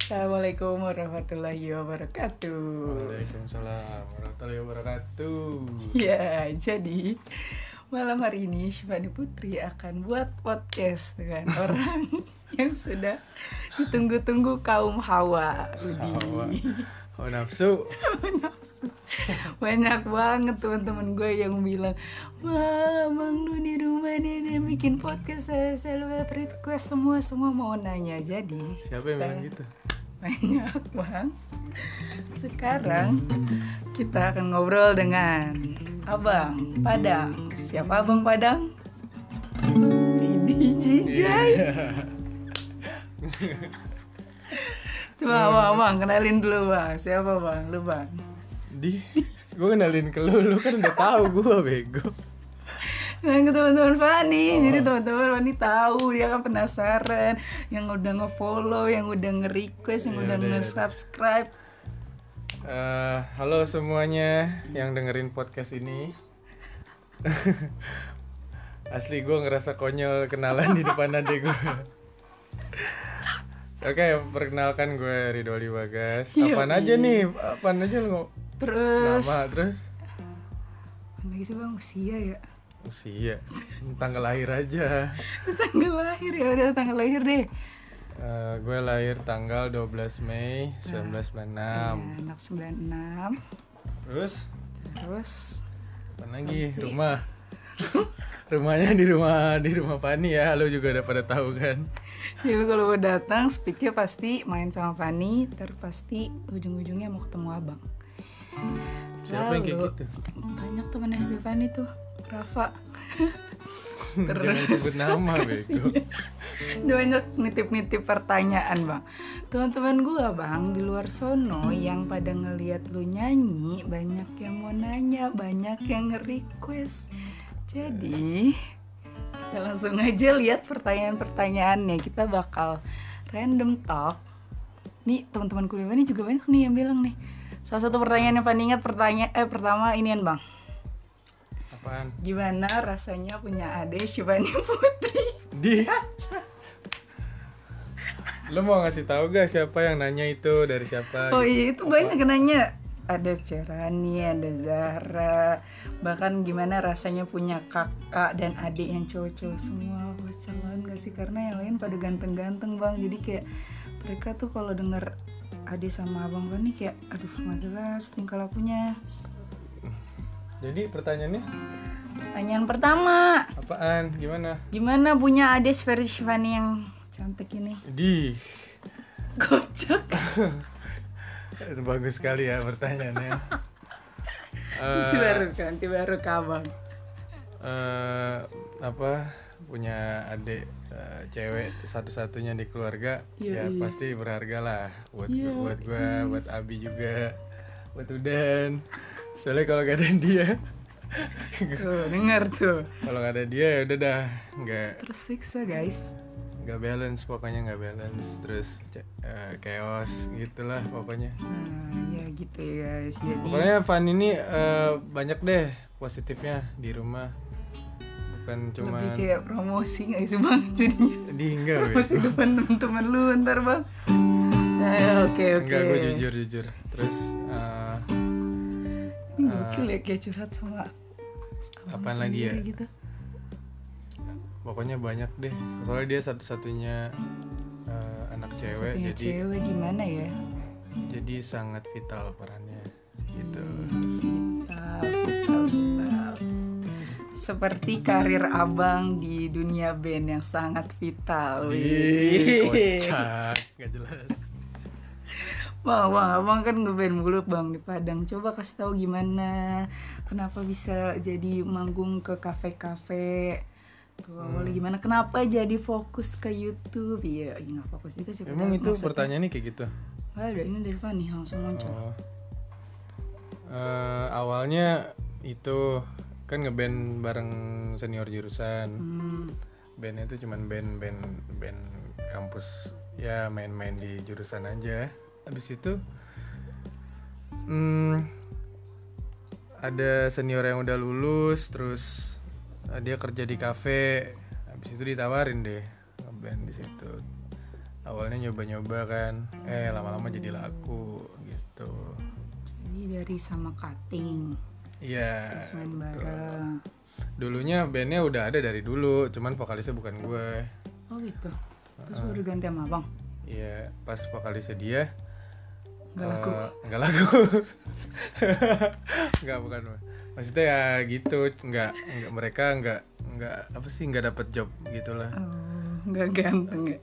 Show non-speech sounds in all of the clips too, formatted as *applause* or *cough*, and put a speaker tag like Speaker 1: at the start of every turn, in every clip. Speaker 1: Assalamualaikum warahmatullahi wabarakatuh.
Speaker 2: Waalaikumsalam warahmatullahi wabarakatuh. Iya.
Speaker 1: Ya, jadi malam hari ini Shivani Putri akan buat podcast
Speaker 2: *laughs*
Speaker 1: dengan orang yang sudah ditunggu-tunggu kaum Hawa. Budi.
Speaker 2: Hawa. Oh nafsu.
Speaker 1: Nafsu. Banyak banget teman-teman gue yang bilang, wah Mang Lu di rumah nenek bikin podcast saya selalu request semua semua mau nanya. Jadi
Speaker 2: Siapa yang bilang gitu?
Speaker 1: banyak bang sekarang kita akan ngobrol dengan abang Padang siapa abang Padang Didi Jijai coba abang, abang kenalin dulu bang siapa bang lu bang
Speaker 2: *laughs* Di, gue kenalin ke lu, lu kan udah tahu gue bego.
Speaker 1: Nah, ke teman-teman Fani, jadi teman-teman Fani tahu dia kan penasaran, yang udah nge-follow, yang udah nge-request, yang
Speaker 2: Iya,
Speaker 1: udah
Speaker 2: udah.
Speaker 1: nge-subscribe.
Speaker 2: Eh, halo semuanya yang dengerin podcast ini. *laughs* Asli gue ngerasa konyol kenalan di depan adik gue. Oke, perkenalkan gue Ridho Ali Bagas.
Speaker 1: Iya,
Speaker 2: Apaan aja nih? Apaan aja lu ngomong?
Speaker 1: Terus,
Speaker 2: Nama terus?
Speaker 1: lagi sih bang usia ya.
Speaker 2: Usia, iya. tanggal lahir aja.
Speaker 1: tanggal lahir ya udah tanggal lahir deh
Speaker 2: Eh, gue lahir tanggal 12 Mei
Speaker 1: Ya,
Speaker 2: 1996.
Speaker 1: anak 96
Speaker 2: Terus,
Speaker 1: terus
Speaker 2: apa lagi?
Speaker 1: Sih.
Speaker 2: Rumah. Rumahnya di rumah di rumah Pani ya, lo juga udah pada tahu kan?
Speaker 1: ya lu kalau gua datang speaknya pasti main sama Fani terus pasti ujung-ujungnya mau ketemu abang
Speaker 2: Siapa yang kayak
Speaker 1: Lalu,
Speaker 2: gitu?
Speaker 1: banyak teman SD Fani tuh Rafa
Speaker 2: Jangan sebut nama bego.
Speaker 1: Udah banyak nitip-nitip pertanyaan bang Teman-teman gua bang di luar sono yang pada ngeliat lu nyanyi Banyak yang mau nanya, banyak yang nge-request Jadi kita langsung aja lihat pertanyaan-pertanyaannya Kita bakal random talk Nih teman-teman kuliah ini juga banyak nih yang bilang nih Salah satu pertanyaan yang paling ingat pertanyaan eh pertama inian bang
Speaker 2: Apaan?
Speaker 1: Gimana rasanya punya adik Shivani Putri?
Speaker 2: Di. Lo mau ngasih tahu gak siapa yang nanya itu dari siapa?
Speaker 1: Oh
Speaker 2: gitu?
Speaker 1: iya itu banyak yang nanya ada Cerani, ada Zahra, bahkan gimana rasanya punya kakak dan adik yang cowok-cowok semua bocah banget gak sih karena yang lain pada ganteng-ganteng bang jadi kayak mereka tuh kalau denger adik sama abang bang nih kayak aduh nggak jelas tingkah lakunya
Speaker 2: Jadi pertanyaannya
Speaker 1: pertanyaan pertama
Speaker 2: apaan? Gimana?
Speaker 1: gimana punya adik seperti Shivani yang cantik ini *laughs*
Speaker 2: Di.
Speaker 1: kocak
Speaker 2: Bagus sekali ya pertanyaannya.
Speaker 1: nanti
Speaker 2: Eh,
Speaker 1: baru kan nanti baru ke abang
Speaker 2: eh apa punya adik eh, cewek satu-satunya di keluarga
Speaker 1: Iya, iya.
Speaker 2: ya pasti berharga lah buat
Speaker 1: Iya,
Speaker 2: buat gua buat Abi juga buat Udan soalnya kalau gak ada dia
Speaker 1: tuh denger tuh
Speaker 2: kalau gak ada dia ya udah dah nggak
Speaker 1: tersiksa guys
Speaker 2: nggak balance pokoknya nggak balance terus ce- eh, chaos gitulah pokoknya
Speaker 1: Nah, ya gitu ya guys. Jadi
Speaker 2: pokoknya Fan ini eh, banyak deh positifnya di rumah bukan
Speaker 1: lebih
Speaker 2: cuman Iya,
Speaker 1: kayak promosi nggak sih bang? *laughs* Jadi
Speaker 2: di enggak
Speaker 1: *laughs* promosi
Speaker 2: bego.
Speaker 1: depan temen-temen lu ntar bang. Nah, ya, oke oke.
Speaker 2: Enggak, gue jujur jujur. Terus eh,
Speaker 1: Ini gokil ya kayak curhat sama. abang
Speaker 2: Ah. Apaan lagi ya?
Speaker 1: sendiri Gitu.
Speaker 2: pokoknya banyak deh. Soalnya dia satu-satunya eh, anak cewek,
Speaker 1: Satunya
Speaker 2: jadi
Speaker 1: cewek gimana ya?
Speaker 2: jadi sangat vital perannya. Gitu.
Speaker 1: Mantap, mantap, mantap. Seperti karir abang di dunia band yang sangat vital.
Speaker 2: Di
Speaker 1: Wih.
Speaker 2: kocak, nggak jelas.
Speaker 1: Bang, bang, abang kan ngeband mulu bang di Padang. Coba kasih tahu gimana, kenapa bisa jadi manggung ke kafe-kafe. Tuh
Speaker 2: Hmm.
Speaker 1: awalnya gimana? Kenapa jadi fokus ke YouTube? Iya, ya, nggak fokus juga sih.
Speaker 2: Emang
Speaker 1: padahal
Speaker 2: itu
Speaker 1: maksudnya-
Speaker 2: pertanyaannya kayak gitu.
Speaker 1: Nggak ada ini dari Fani langsung muncul.
Speaker 2: Oh. Eh, awalnya itu kan ngeband bareng senior jurusan.
Speaker 1: Hmm,
Speaker 2: Bandnya itu cuman band band band kampus ya main-main di jurusan aja. Habis itu hmm, ada senior yang udah lulus terus eh, dia kerja di kafe. Habis itu ditawarin deh ngeband di situ. awalnya nyoba-nyoba kan eh lama-lama jadi laku gitu
Speaker 1: Jadi dari sama cutting,
Speaker 2: iya
Speaker 1: terus main
Speaker 2: betul.
Speaker 1: bareng.
Speaker 2: dulunya bandnya udah ada dari dulu cuman vokalisnya bukan gue
Speaker 1: Oh gitu. Terus
Speaker 2: Ah.
Speaker 1: baru ganti sama abang.
Speaker 2: iya pas vokalisnya dia
Speaker 1: Gak laku.
Speaker 2: eh, nggak laku *laughs* nggak bukan maksudnya ya gitu nggak nggak mereka nggak nggak apa sih nggak dapet job gitulah
Speaker 1: Oh, nggak ganteng ya.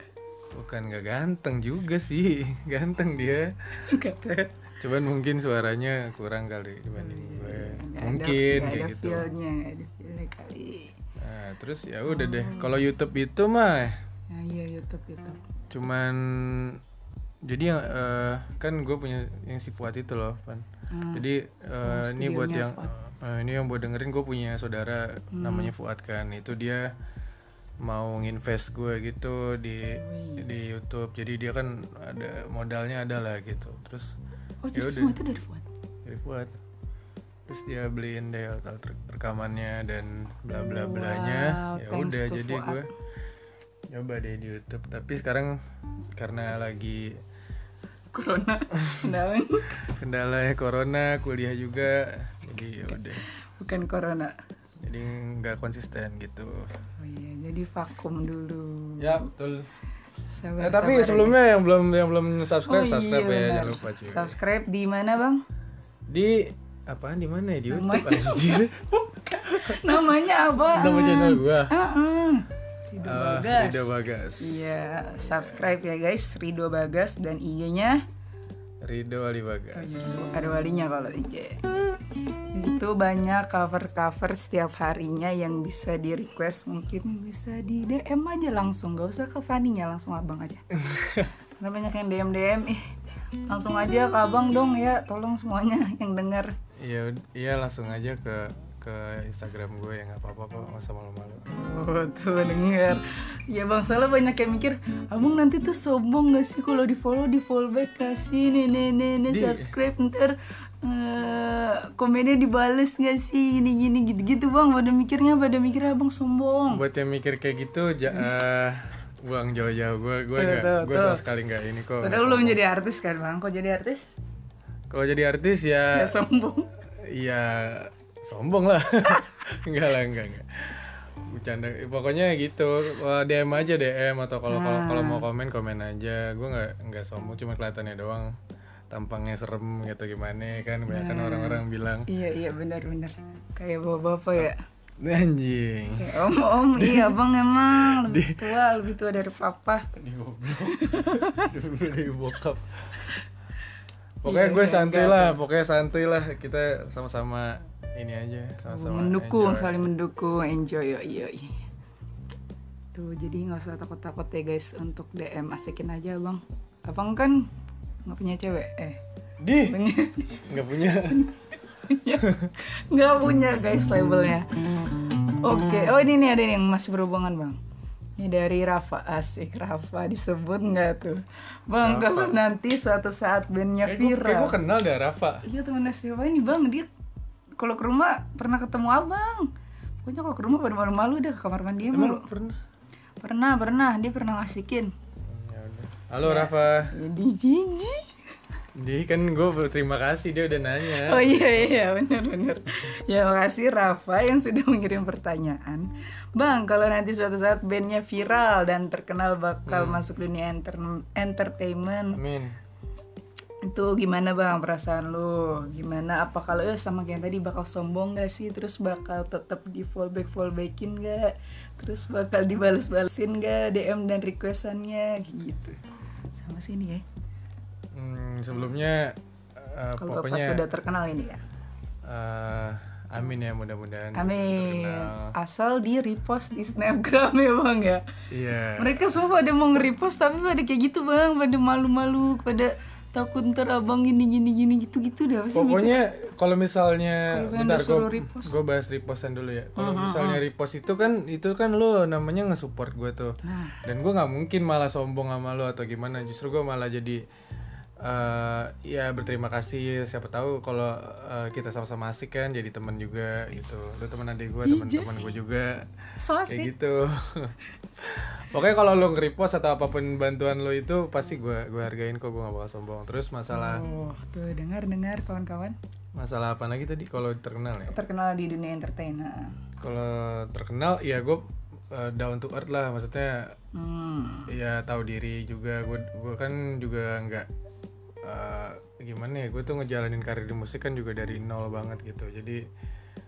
Speaker 2: bukan nggak ganteng juga sih *laughs* ganteng dia
Speaker 1: Nggak ter-
Speaker 2: cuman mungkin suaranya kurang kali dibanding gue
Speaker 1: Iya, nggak ada-
Speaker 2: mungkin
Speaker 1: nggak
Speaker 2: kayak
Speaker 1: ada
Speaker 2: gitu
Speaker 1: feel-nya, nggak ada feel-nya kali.
Speaker 2: Nah, terus ya udah deh kalau YouTube itu mah
Speaker 1: Nah, iya YouTube YouTube.
Speaker 2: cuman jadi yang eh, kan gue punya yang si Fuad itu loh Pan.
Speaker 1: Hmm.
Speaker 2: jadi eh, ini buat
Speaker 1: studionya Hmm.
Speaker 2: yang eh, ini yang buat dengerin gue punya saudara namanya Fuad kan itu dia mau nginvest gue gitu di
Speaker 1: Wih.
Speaker 2: di YouTube jadi dia kan ada modalnya ada lah gitu terus
Speaker 1: Oh, jadi
Speaker 2: Yaudah.
Speaker 1: semua itu dari Fuad.
Speaker 2: dari Fuad terus dia beliin deh alat-alat rek- rekamannya dan bla bla blanya
Speaker 1: Oh, Wow,
Speaker 2: ya
Speaker 1: thanks
Speaker 2: udah
Speaker 1: to
Speaker 2: jadi
Speaker 1: Fuad.
Speaker 2: gue coba deh di YouTube tapi sekarang karena lagi *laughs*
Speaker 1: Corona. Naon?
Speaker 2: kendala ya, corona kuliah juga jadi ya udah
Speaker 1: Bukan corona.
Speaker 2: jadi nggak konsisten gitu
Speaker 1: Oh iya, jadi vakum dulu.
Speaker 2: ya betul
Speaker 1: Sabar,
Speaker 2: Eh, tapi
Speaker 1: sabar
Speaker 2: sebelumnya yang belum yang belum
Speaker 1: aja.
Speaker 2: subscribe
Speaker 1: Oh iya,
Speaker 2: subscribe ya
Speaker 1: benar.
Speaker 2: jangan lupa cuy
Speaker 1: Subscribe di mana, Bang? *laughs*
Speaker 2: di apaan di mana ya di YouTube
Speaker 1: Namanya.
Speaker 2: anjir
Speaker 1: Namanya apa?
Speaker 2: nama channel gua
Speaker 1: Heeh. Ridho
Speaker 2: Ah,
Speaker 1: Bagas.
Speaker 2: Rida Bagas
Speaker 1: Iya, subscribe ya guys, Ridho Bagas dan IG-nya
Speaker 2: Rido Ali Bagas
Speaker 1: Oh, ada walinya kalau IG. Di situ banyak cover-cover setiap harinya yang bisa di request mungkin bisa di DM aja langsung, gak usah ke Faninya langsung abang aja. Karena banyak yang DM DM, ih langsung aja ke abang dong ya, tolong semuanya yang dengar.
Speaker 2: Iya, iya langsung aja ke ke Instagram gue ya nggak apa-apa kok nggak usah malu-malu.
Speaker 1: Oh, tuh denger Ya bang, soalnya banyak yang mikir Abang nanti tuh sombong gak sih kalau di follow, di follow back Kasih nih, nih, nih, nih,
Speaker 2: Di-
Speaker 1: subscribe Ntar eh, komennya dibales gak sih Gini, gini, gitu-gitu bang Pada mikirnya, pada mikirnya abang sombong
Speaker 2: Buat yang mikir kayak gitu, ja, eh, buang jauh-jauh gue gue
Speaker 1: Tuh,
Speaker 2: nggak
Speaker 1: tuh,
Speaker 2: gue
Speaker 1: tuh.
Speaker 2: sama sekali nggak ini kok. nggak
Speaker 1: Padahal belum
Speaker 2: sombong.
Speaker 1: jadi artis kan bang Kok jadi artis?
Speaker 2: Kalau jadi artis ya
Speaker 1: Gak sombong
Speaker 2: ya sombong lah. *laughs* enggak lah enggak enggak. Bercanda, pokoknya gitu. Wah, DM aja DM atau kalau kalau
Speaker 1: Hmm.
Speaker 2: kalau mau komen komen aja. Gue nggak nggak sombong, cuma kelihatannya doang. Tampangnya serem gitu gimana kan? Banyak kan
Speaker 1: Hmm.
Speaker 2: orang-orang bilang
Speaker 1: Iya, iya benar-benar Kayak bapak-bapak ya
Speaker 2: anjing.
Speaker 1: Kayak Om-om, iya bang emang Lebih tua, lebih tua dari papa
Speaker 2: di *laughs* goblok dulu dari bokap
Speaker 1: Iya,
Speaker 2: pokoknya gue santuy lah pokoknya santuy lah kita sama-sama ini aja sama-sama
Speaker 1: mendukung
Speaker 2: enjoy.
Speaker 1: saling mendukung enjoy yo yo yo. tuh jadi nggak usah takut takut ya guys untuk dm asikin aja bang abang kan nggak punya cewek eh
Speaker 2: di
Speaker 1: punya *laughs*
Speaker 2: nggak punya
Speaker 1: nggak punya guys labelnya oke oh ini nih ada nih yang masih berhubungan bang ini dari Rafa asik Rafa disebut nggak tuh bang kalau nanti suatu saat bandnya
Speaker 2: kayak gue kayak gue
Speaker 1: viral
Speaker 2: kenal dah Rafa
Speaker 1: iya temennya siapa ini bang dia kalau ke rumah pernah ketemu abang pokoknya kalau ke rumah pada malu-malu dah ke kamar mandi
Speaker 2: emang
Speaker 1: malu
Speaker 2: lu pernah
Speaker 1: Pernah, pernah. Dia pernah ngasikin.
Speaker 2: Hmm, ya udah. halo Rafa
Speaker 1: Jadi jijik.
Speaker 2: di kan gue berterima kasih dia udah
Speaker 1: Oh
Speaker 2: nanya
Speaker 1: iya, iya. Bener, bener. Ya, makasih Rafa yang sudah mengirim pertanyaan. Bang, kalau nanti suatu saat bandnya viral dan terkenal bakal masuk dunia enter- entertainment,
Speaker 2: amin
Speaker 1: itu gimana bang perasaan lu? Gimana? Apa kalau eh, sama kayak yang tadi bakal sombong gak sih? Terus bakal tetap di fallback fallbackin gak? Terus bakal dibales-balesin gak DM dan requestannya gitu? Sama sini ya.
Speaker 2: Hmm, sebelumnya eh,
Speaker 1: Kalau Bapak
Speaker 2: pokoknya
Speaker 1: sudah terkenal ini ya.
Speaker 2: eh, amin ya mudah-mudahan
Speaker 1: Amin.
Speaker 2: terkenal.
Speaker 1: Asal di repost di snapgram ya bang ya.
Speaker 2: iya
Speaker 1: Mereka semua pada mau nge-repost tapi pada kayak gitu bang, pada malu-malu, pada takut ntar abang gini gini gini gitu gitu deh pasti mikir.
Speaker 2: Pokoknya kalau misalnya
Speaker 1: Kalau kalian
Speaker 2: bentar
Speaker 1: udah suruh
Speaker 2: gue
Speaker 1: repost.
Speaker 2: gue bahas repostan dulu ya. Kalau misalnya repost itu kan itu kan lo namanya nge-support gue tuh.
Speaker 1: Nah.
Speaker 2: Dan gue nggak mungkin malah sombong sama lo atau gimana. Justru gue malah jadi eh ya berterima kasih siapa tahu kalau eh, kita sama-sama asik kan jadi teman juga gitu. *laughs* Lo teman adik gue, teman-teman gue juga
Speaker 1: So
Speaker 2: kayak
Speaker 1: asik.
Speaker 2: gitu. Pokoknya kalau lo nge-repost atau apapun bantuan lo itu pasti gua gua hargain kok, gua gak bakal sombong. Terus masalah
Speaker 1: Oh, tuh dengar-dengar kawan-kawan.
Speaker 2: masalah apa lagi tadi kalau terkenal ya?
Speaker 1: Terkenal di dunia entertain. ah.
Speaker 2: Kalau terkenal ya gua eh, down to earth lah, maksudnya
Speaker 1: Hmm.
Speaker 2: ya tahu diri juga gue gue kan juga nggak eh, gimana ya gue tuh ngejalanin karir di musik kan juga dari nol banget gitu jadi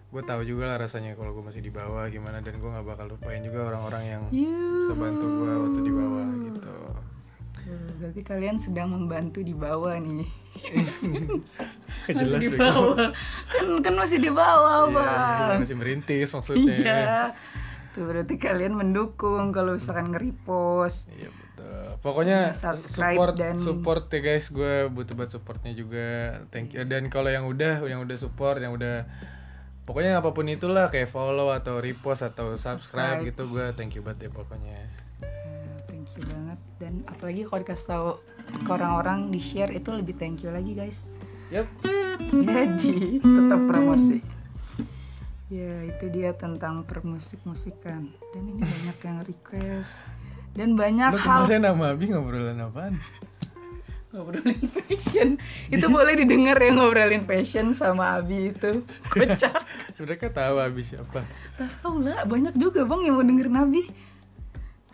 Speaker 2: gue tahu juga lah rasanya kalau gue masih di bawah gimana dan gue nggak bakal lupain juga orang-orang yang
Speaker 1: Yuh.
Speaker 2: sebantu gue waktu di bawah gitu
Speaker 1: Tuh, Hmm, Berarti kalian sedang membantu di bawah nih.
Speaker 2: Jelas
Speaker 1: masih di
Speaker 2: deh,
Speaker 1: bawah. Kan kan masih di bawah,
Speaker 2: Iya,
Speaker 1: Bang.
Speaker 2: masih merintis maksudnya
Speaker 1: Iya. Tuh berarti kalian mendukung kalau misalkan nge-repost.
Speaker 2: Iya, betul pokoknya
Speaker 1: Subscribe
Speaker 2: support
Speaker 1: dan-
Speaker 2: support ya guys gue butuh banget supportnya juga thank you dan kalau yang udah yang udah support yang udah pokoknya apapun itulah kayak follow atau repost atau subscribe,
Speaker 1: Subscribe.
Speaker 2: gitu gue thank you banget deh pokoknya
Speaker 1: Nah, Thank you banget dan apalagi kalau dikasih tahu ke orang-orang di share itu lebih thank you lagi guys.
Speaker 2: yep
Speaker 1: Jadi tetap promosi. Ya itu dia tentang permusik-musikan dan ini banyak yang request dan banyak
Speaker 2: lu
Speaker 1: hal
Speaker 2: kemarin sama Abi ngobrolan apaan
Speaker 1: ngobrolin fashion itu boleh didengar ya ngobrolin fashion sama Abi itu kocak
Speaker 2: mereka tahu Abi siapa
Speaker 1: tahu lah banyak juga bang yang mau dengerin Abi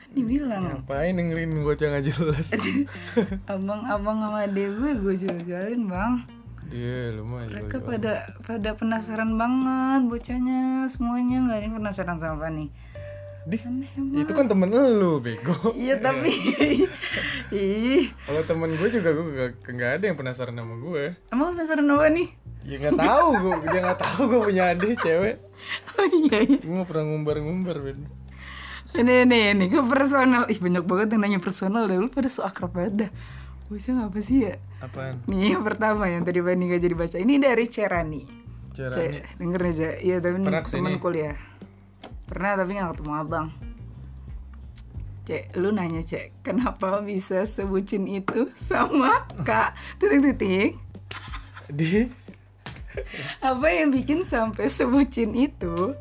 Speaker 1: kan dibilang
Speaker 2: ngapain dengerin bocah nggak
Speaker 1: *laughs*
Speaker 2: jelas
Speaker 1: abang-abang sama adek gue gue jual-jualin bang
Speaker 2: iya lumayan
Speaker 1: mereka
Speaker 2: jual-jualan.
Speaker 1: pada pada penasaran banget bocahnya semuanya nggak ada yang penasaran sama Fani
Speaker 2: Dih,
Speaker 1: Aneh emang.
Speaker 2: itu kan temen lu bego
Speaker 1: iya tapi ih
Speaker 2: kalau temen gue juga gue nggak- nggak ada yang penasaran sama gue
Speaker 1: emang penasaran apa nih
Speaker 2: Ya nggak tahu gue, dia nggak tahu gue punya adik cewek.
Speaker 1: oh iya iya.
Speaker 2: Gue nggak pernah ngumbar-ngumbar Ben.
Speaker 1: Ini nih, ini ke personal. Ih banyak banget yang nanya personal deh. Lu pada so akrab banget dah. Bocah apa sih ya?
Speaker 2: Apaan?
Speaker 1: Nih yang pertama yang tadi Bani gak jadi baca. Ini dari Cerani.
Speaker 2: Cara
Speaker 1: Ce, denger aja. Iya tapi
Speaker 2: Pernah
Speaker 1: temen
Speaker 2: kesini?
Speaker 1: kuliah. Pernah tapi gak ketemu abang. Cek, lu nanya cek, kenapa bisa sebucin itu sama kak titik-titik?
Speaker 2: di
Speaker 1: Apa yang bikin sampai sebucin itu?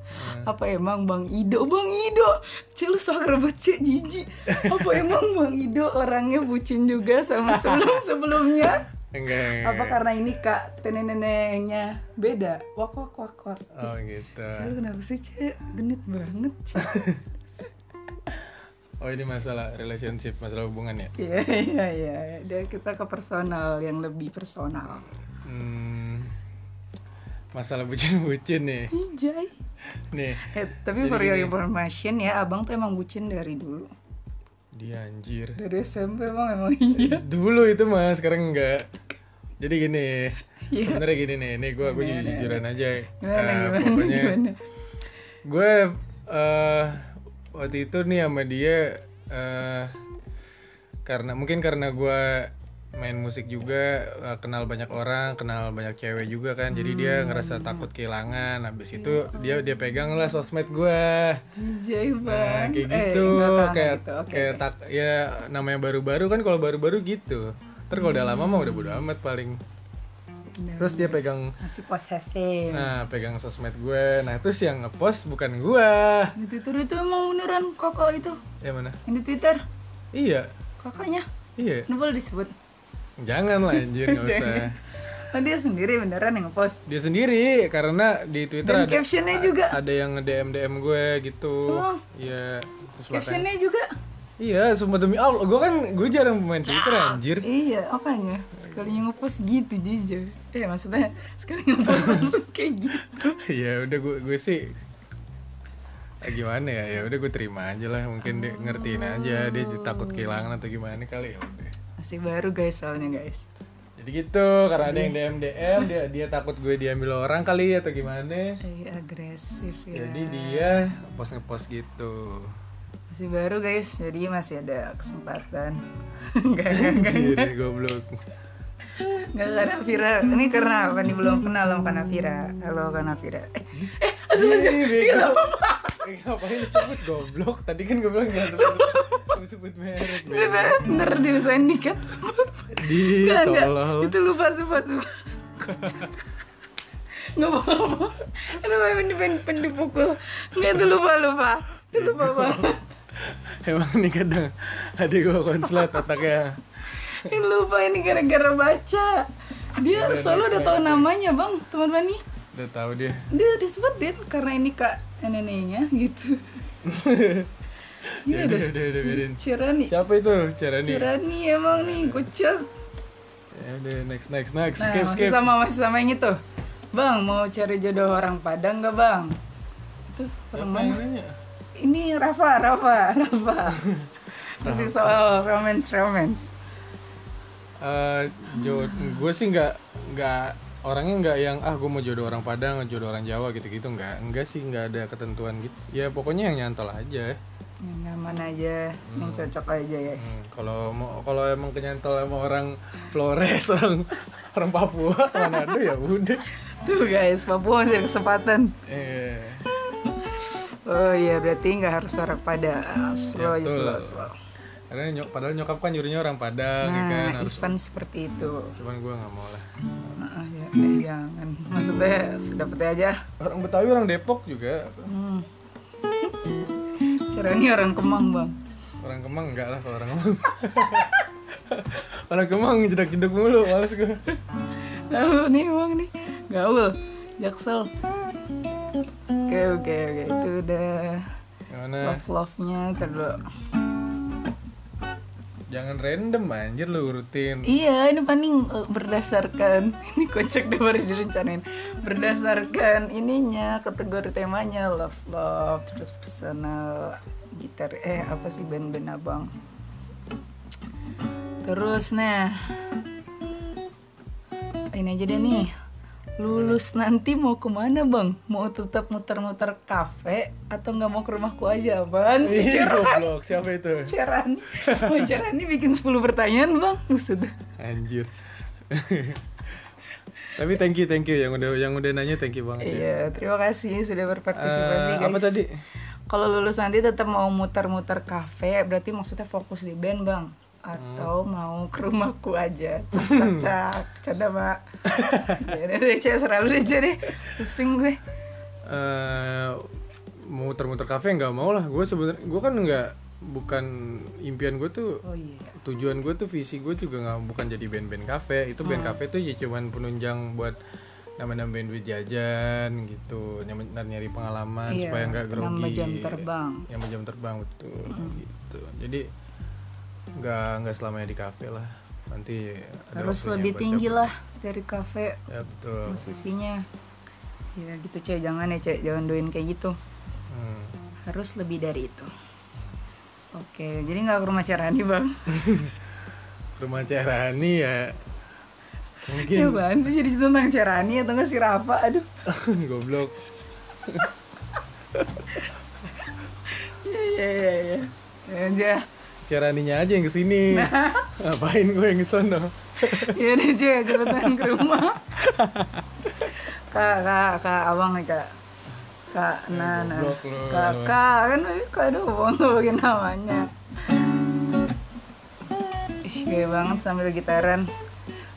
Speaker 1: Apa emang Bang Ido? Bang Ido! Cek lu soal banget cek jijik. Apa emang Bang Ido orangnya bucin juga sama sebelum-sebelumnya?
Speaker 2: Eh, enggak. enggak,
Speaker 1: Apa karena ini kak neneknya beda? Wak wak wak wak.
Speaker 2: enggak. Oh gitu.
Speaker 1: Cek lu kenapa sih cek? Genit banget cek.
Speaker 2: Oh ini masalah relationship, masalah hubungan ya.
Speaker 1: *laughs* Iya iya iya. Dan kita ke personal yang lebih personal.
Speaker 2: Hmm, masalah bucin-bucin nih.
Speaker 1: Jijai.
Speaker 2: Nih,
Speaker 1: Eh, tapi
Speaker 2: Jadi
Speaker 1: for your
Speaker 2: gini.
Speaker 1: information ya, abang tuh emang bucin dari dulu.
Speaker 2: dia anjir.
Speaker 1: Dari SMP emang emang iya.
Speaker 2: Dulu itu mas, sekarang enggak. Jadi gini,
Speaker 1: Iya.
Speaker 2: sebenarnya gini nih, nih gue gue
Speaker 1: Gimana?
Speaker 2: jujuran aja.
Speaker 1: Iya. Gimana
Speaker 2: Eh,
Speaker 1: gimana
Speaker 2: pokoknya-
Speaker 1: gimana?
Speaker 2: gue eh waktu itu nih sama dia eh karena mungkin karena gue main musik juga eh, kenal banyak orang kenal banyak cewek juga kan jadi dia
Speaker 1: Hmm.
Speaker 2: ngerasa takut kehilangan habis itu
Speaker 1: Iya.
Speaker 2: dia dia pegang lah sosmed gue
Speaker 1: Jijai bang.
Speaker 2: nah,
Speaker 1: Eh,
Speaker 2: kayak
Speaker 1: enggak,
Speaker 2: gitu
Speaker 1: enggak, enggak
Speaker 2: kayak
Speaker 1: gitu. Oke,
Speaker 2: kayak
Speaker 1: oke.
Speaker 2: tak ya namanya baru-baru kan kalau baru-baru gitu terus kalau udah lama mah udah bodo amat paling
Speaker 1: Nah,
Speaker 2: terus dia pegang
Speaker 1: masih posesif.
Speaker 2: nah pegang sosmed gue nah terus yang ngepost bukan gue
Speaker 1: Di Twitter itu emang beneran kakak itu
Speaker 2: ya mana
Speaker 1: yang di Twitter
Speaker 2: Iya,
Speaker 1: kakaknya
Speaker 2: iya.
Speaker 1: kenapa lu disebut
Speaker 2: Jangan lah
Speaker 1: *laughs*
Speaker 2: anjir, nggak usah.
Speaker 1: oh, dia sendiri beneran yang ngepost
Speaker 2: Dia sendiri karena di Twitter
Speaker 1: dan
Speaker 2: ada
Speaker 1: captionnya juga
Speaker 2: ada yang nge-DM DM gue gitu.
Speaker 1: Emang?
Speaker 2: Iya, terus makanya.
Speaker 1: captionnya juga
Speaker 2: Iya, sumpah demi Allah, gue kan gue jarang main Twitter anjir. *laughs*
Speaker 1: iya apanya sekalinya ngepost gitu jijik eh maksudnya sekali ngepost langsung kayak gitu
Speaker 2: Iya, udah gue gue sih eh, gimana ya ya udah gue terima aja lah mungkin dia ngertiin aja dia takut kehilangan atau gimana kali ya udah.
Speaker 1: masih baru guys soalnya guys
Speaker 2: jadi gitu karena ada yang DM DM dia dia takut gue diambil orang kali atau gimana
Speaker 1: eh, agresif ya
Speaker 2: jadi dia post ngepost gitu
Speaker 1: masih baru guys jadi masih ada kesempatan *laughs* enggak enggak enggak
Speaker 2: Anjir, goblok.
Speaker 1: Gak Kanafira, ini karena apa nih belum kenal sama Kanafira Halo Kanafira Eh, eh langsung
Speaker 2: Ih,
Speaker 1: aja
Speaker 2: bego. Eh, Ngapain disebut goblok? Tadi kan gue bilang jangan sebut- sebut merek. bego.
Speaker 1: Ntar diusahain dikit
Speaker 2: Di
Speaker 1: Enggak, enggak
Speaker 2: tolol.
Speaker 1: kan. Itu lupa, lupa, lupa Gak apa-apa Aduh, pengen pengen dipukul Enggak, itu lupa, lupa Itu lupa banget
Speaker 2: emang nih kadang adik gue konslet otaknya
Speaker 1: Ini lupa ini gara-gara baca. Dia
Speaker 2: Gara-gara
Speaker 1: selalu udah
Speaker 2: baca,
Speaker 1: tahu
Speaker 2: oke.
Speaker 1: namanya, Bang. Teman-teman nih,
Speaker 2: udah tahu dia
Speaker 1: dia disebutin karena ini Kak neneknya gitu.
Speaker 2: Ya
Speaker 1: Iya
Speaker 2: udah,
Speaker 1: deh.
Speaker 2: udah, udah, biarin.
Speaker 1: Cirani.
Speaker 2: siapa itu Carani
Speaker 1: Cirani emang nih kucel.
Speaker 2: ya udah next next next
Speaker 1: Nah,
Speaker 2: skip
Speaker 1: masih
Speaker 2: skip
Speaker 1: sama masih sama yang itu. Bang, mau cari jodoh orang Padang nggak, Bang? Itu orang
Speaker 2: siapa
Speaker 1: mana?
Speaker 2: yang nanya
Speaker 1: Ini Rafa, Rafa, *laughs*
Speaker 2: *laughs*
Speaker 1: Rafa. Masih soal romance romance.
Speaker 2: Eh, jo- gue sih nggak nggak orangnya nggak yang ah gue mau jodoh orang Padang jodoh orang Jawa gitu-gitu nggak nggak sih nggak ada ketentuan gitu ya pokoknya yang nyantol aja
Speaker 1: Yang nyaman aja, yang cocok aja ya.
Speaker 2: Hmm, kalau mau kalau emang kenyantol sama orang Flores *laughs* orang orang Papua Manado ya udah
Speaker 1: Tuh guys, Papua masih ada kesempatan.
Speaker 2: eh
Speaker 1: Oh iya, berarti nggak harus orang Padang. Slow,
Speaker 2: Ya, betul.
Speaker 1: slow, slow.
Speaker 2: karena nyok padahal nyokap kan nyuruhnya orang Padang ya kan
Speaker 1: Nah,
Speaker 2: harus
Speaker 1: event seperti itu.
Speaker 2: cuman gue nggak mau lah
Speaker 1: Nah, ya, eh, jangan. Maksudnya sedapatnya aja.
Speaker 2: orang Betawi orang Depok juga
Speaker 1: Hmm. *laughs* Cara ini orang Kemang, Bang.
Speaker 2: orang Kemang enggak lah kalau orang Kemang *laughs* orang Kemang jedak-jeduk mulu males gue
Speaker 1: Gaul nih, Bang nih. Gaul. Jaksel. Oke, oke, oke. Itu udah
Speaker 2: Gimana?
Speaker 1: love love-nya terlalu.
Speaker 2: Jangan random anjir lu urutin.
Speaker 1: Iya, ini paling eh, berdasarkan *laughs* ini kocak deh baru direncanain. Berdasarkan ininya kategori temanya love love terus personal gitar eh apa sih band-band abang. Terus nah ini aja deh nih lulus nanti mau kemana bang? Mau tetap muter-muter kafe atau nggak mau ke rumahku aja bang? Si
Speaker 2: Ih,
Speaker 1: Ceran,
Speaker 2: goblok, siapa itu?
Speaker 1: Ceran, Wah, Ceran ini bikin 10 pertanyaan bang, buset dah. *laughs*
Speaker 2: Anjir. Tapi thank you, thank you yang udah yang udah nanya thank you banget ya.
Speaker 1: Iya, terima kasih sudah berpartisipasi
Speaker 2: Eh,
Speaker 1: guys.
Speaker 2: apa tadi?
Speaker 1: Kalau lulus nanti tetap mau muter-muter kafe, berarti maksudnya fokus di band, Bang. Atau
Speaker 2: Hmm.
Speaker 1: mau ke rumahku aja.
Speaker 2: *laughs*
Speaker 1: Cak, cak, canda, Mbak. ya udah deh, Cek, selalu deh, Cek, deh. Pusing gue.
Speaker 2: Eh muter-muter kafe nggak mau lah. Gue sebenarnya gue kan nggak bukan impian gue tuh
Speaker 1: Oh iya.
Speaker 2: tujuan gue tuh visi gue juga nggak bukan jadi band-band kafe itu
Speaker 1: Hmm.
Speaker 2: band kafe tuh ya cuman penunjang buat nambah-nambahin duit jajan gitu nyam- nyari pengalaman
Speaker 1: Iya,
Speaker 2: supaya nggak grogi
Speaker 1: nambah jam terbang. Hmm.
Speaker 2: nambah jam terbang betul gitu jadi nggak nggak selamanya di kafe lah nanti ada
Speaker 1: Harus
Speaker 2: waktunya
Speaker 1: lebih
Speaker 2: buat
Speaker 1: tinggi
Speaker 2: cabut.
Speaker 1: lah dari kafe
Speaker 2: ya betul
Speaker 1: musisinya. Ya gitu, Cek. Jangan ya, Cek. Jangan doain kayak gitu.
Speaker 2: Hmm.
Speaker 1: Harus lebih dari itu. Oke, jadi nggak ke rumah Carani, Bang.
Speaker 2: rumah Cerani ya mungkin
Speaker 1: Ya apaan sih jadi cerita tentang Cerani atau nggak si Rafa? Aduh.
Speaker 2: *laughs* goblok
Speaker 1: Iya iya iya iya. Ya aja.
Speaker 2: Ceraninya aja yang kesini
Speaker 1: Nah.
Speaker 2: ngapain gue yang *laughs* kesono
Speaker 1: Ya deh cuy, cepetan ke rumah. kak, kak, kak, abang nih kak. Kak, nah, nah.
Speaker 2: Iya, goblok lu.
Speaker 1: Kakak, kan eh, kak, aduh, abang nggak pakai namanya. Ih, gaya banget sambil gitaran.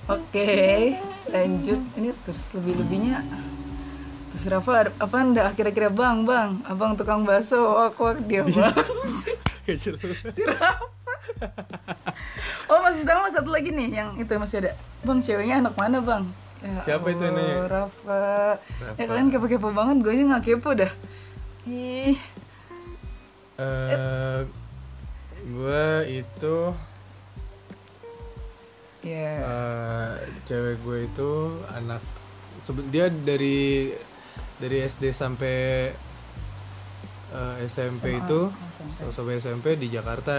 Speaker 1: Oke, lanjut. Ini terus lebih-lebihnya. Terus Rafa, ada- apa anda kira-kira bang, bang, abang tukang bakso, wak, wak, dia
Speaker 2: Iya.
Speaker 1: bang.
Speaker 2: Gak jelas.
Speaker 1: Oh masih sama satu lagi nih yang itu masih ada Bang ceweknya anak mana bang? Ya
Speaker 2: Siapa itu yang
Speaker 1: Allah,
Speaker 2: nanya?
Speaker 1: Rafa
Speaker 2: Rafa.
Speaker 1: Ya kalian kepo-kepo banget gue aja gak kepo dah Ih
Speaker 2: eh gue itu
Speaker 1: Ya
Speaker 2: eh, cewek gue itu anak sebe- dia dari dari SD sampai eh, SMP itu
Speaker 1: Oh, sampai.
Speaker 2: sampai SMP di Jakarta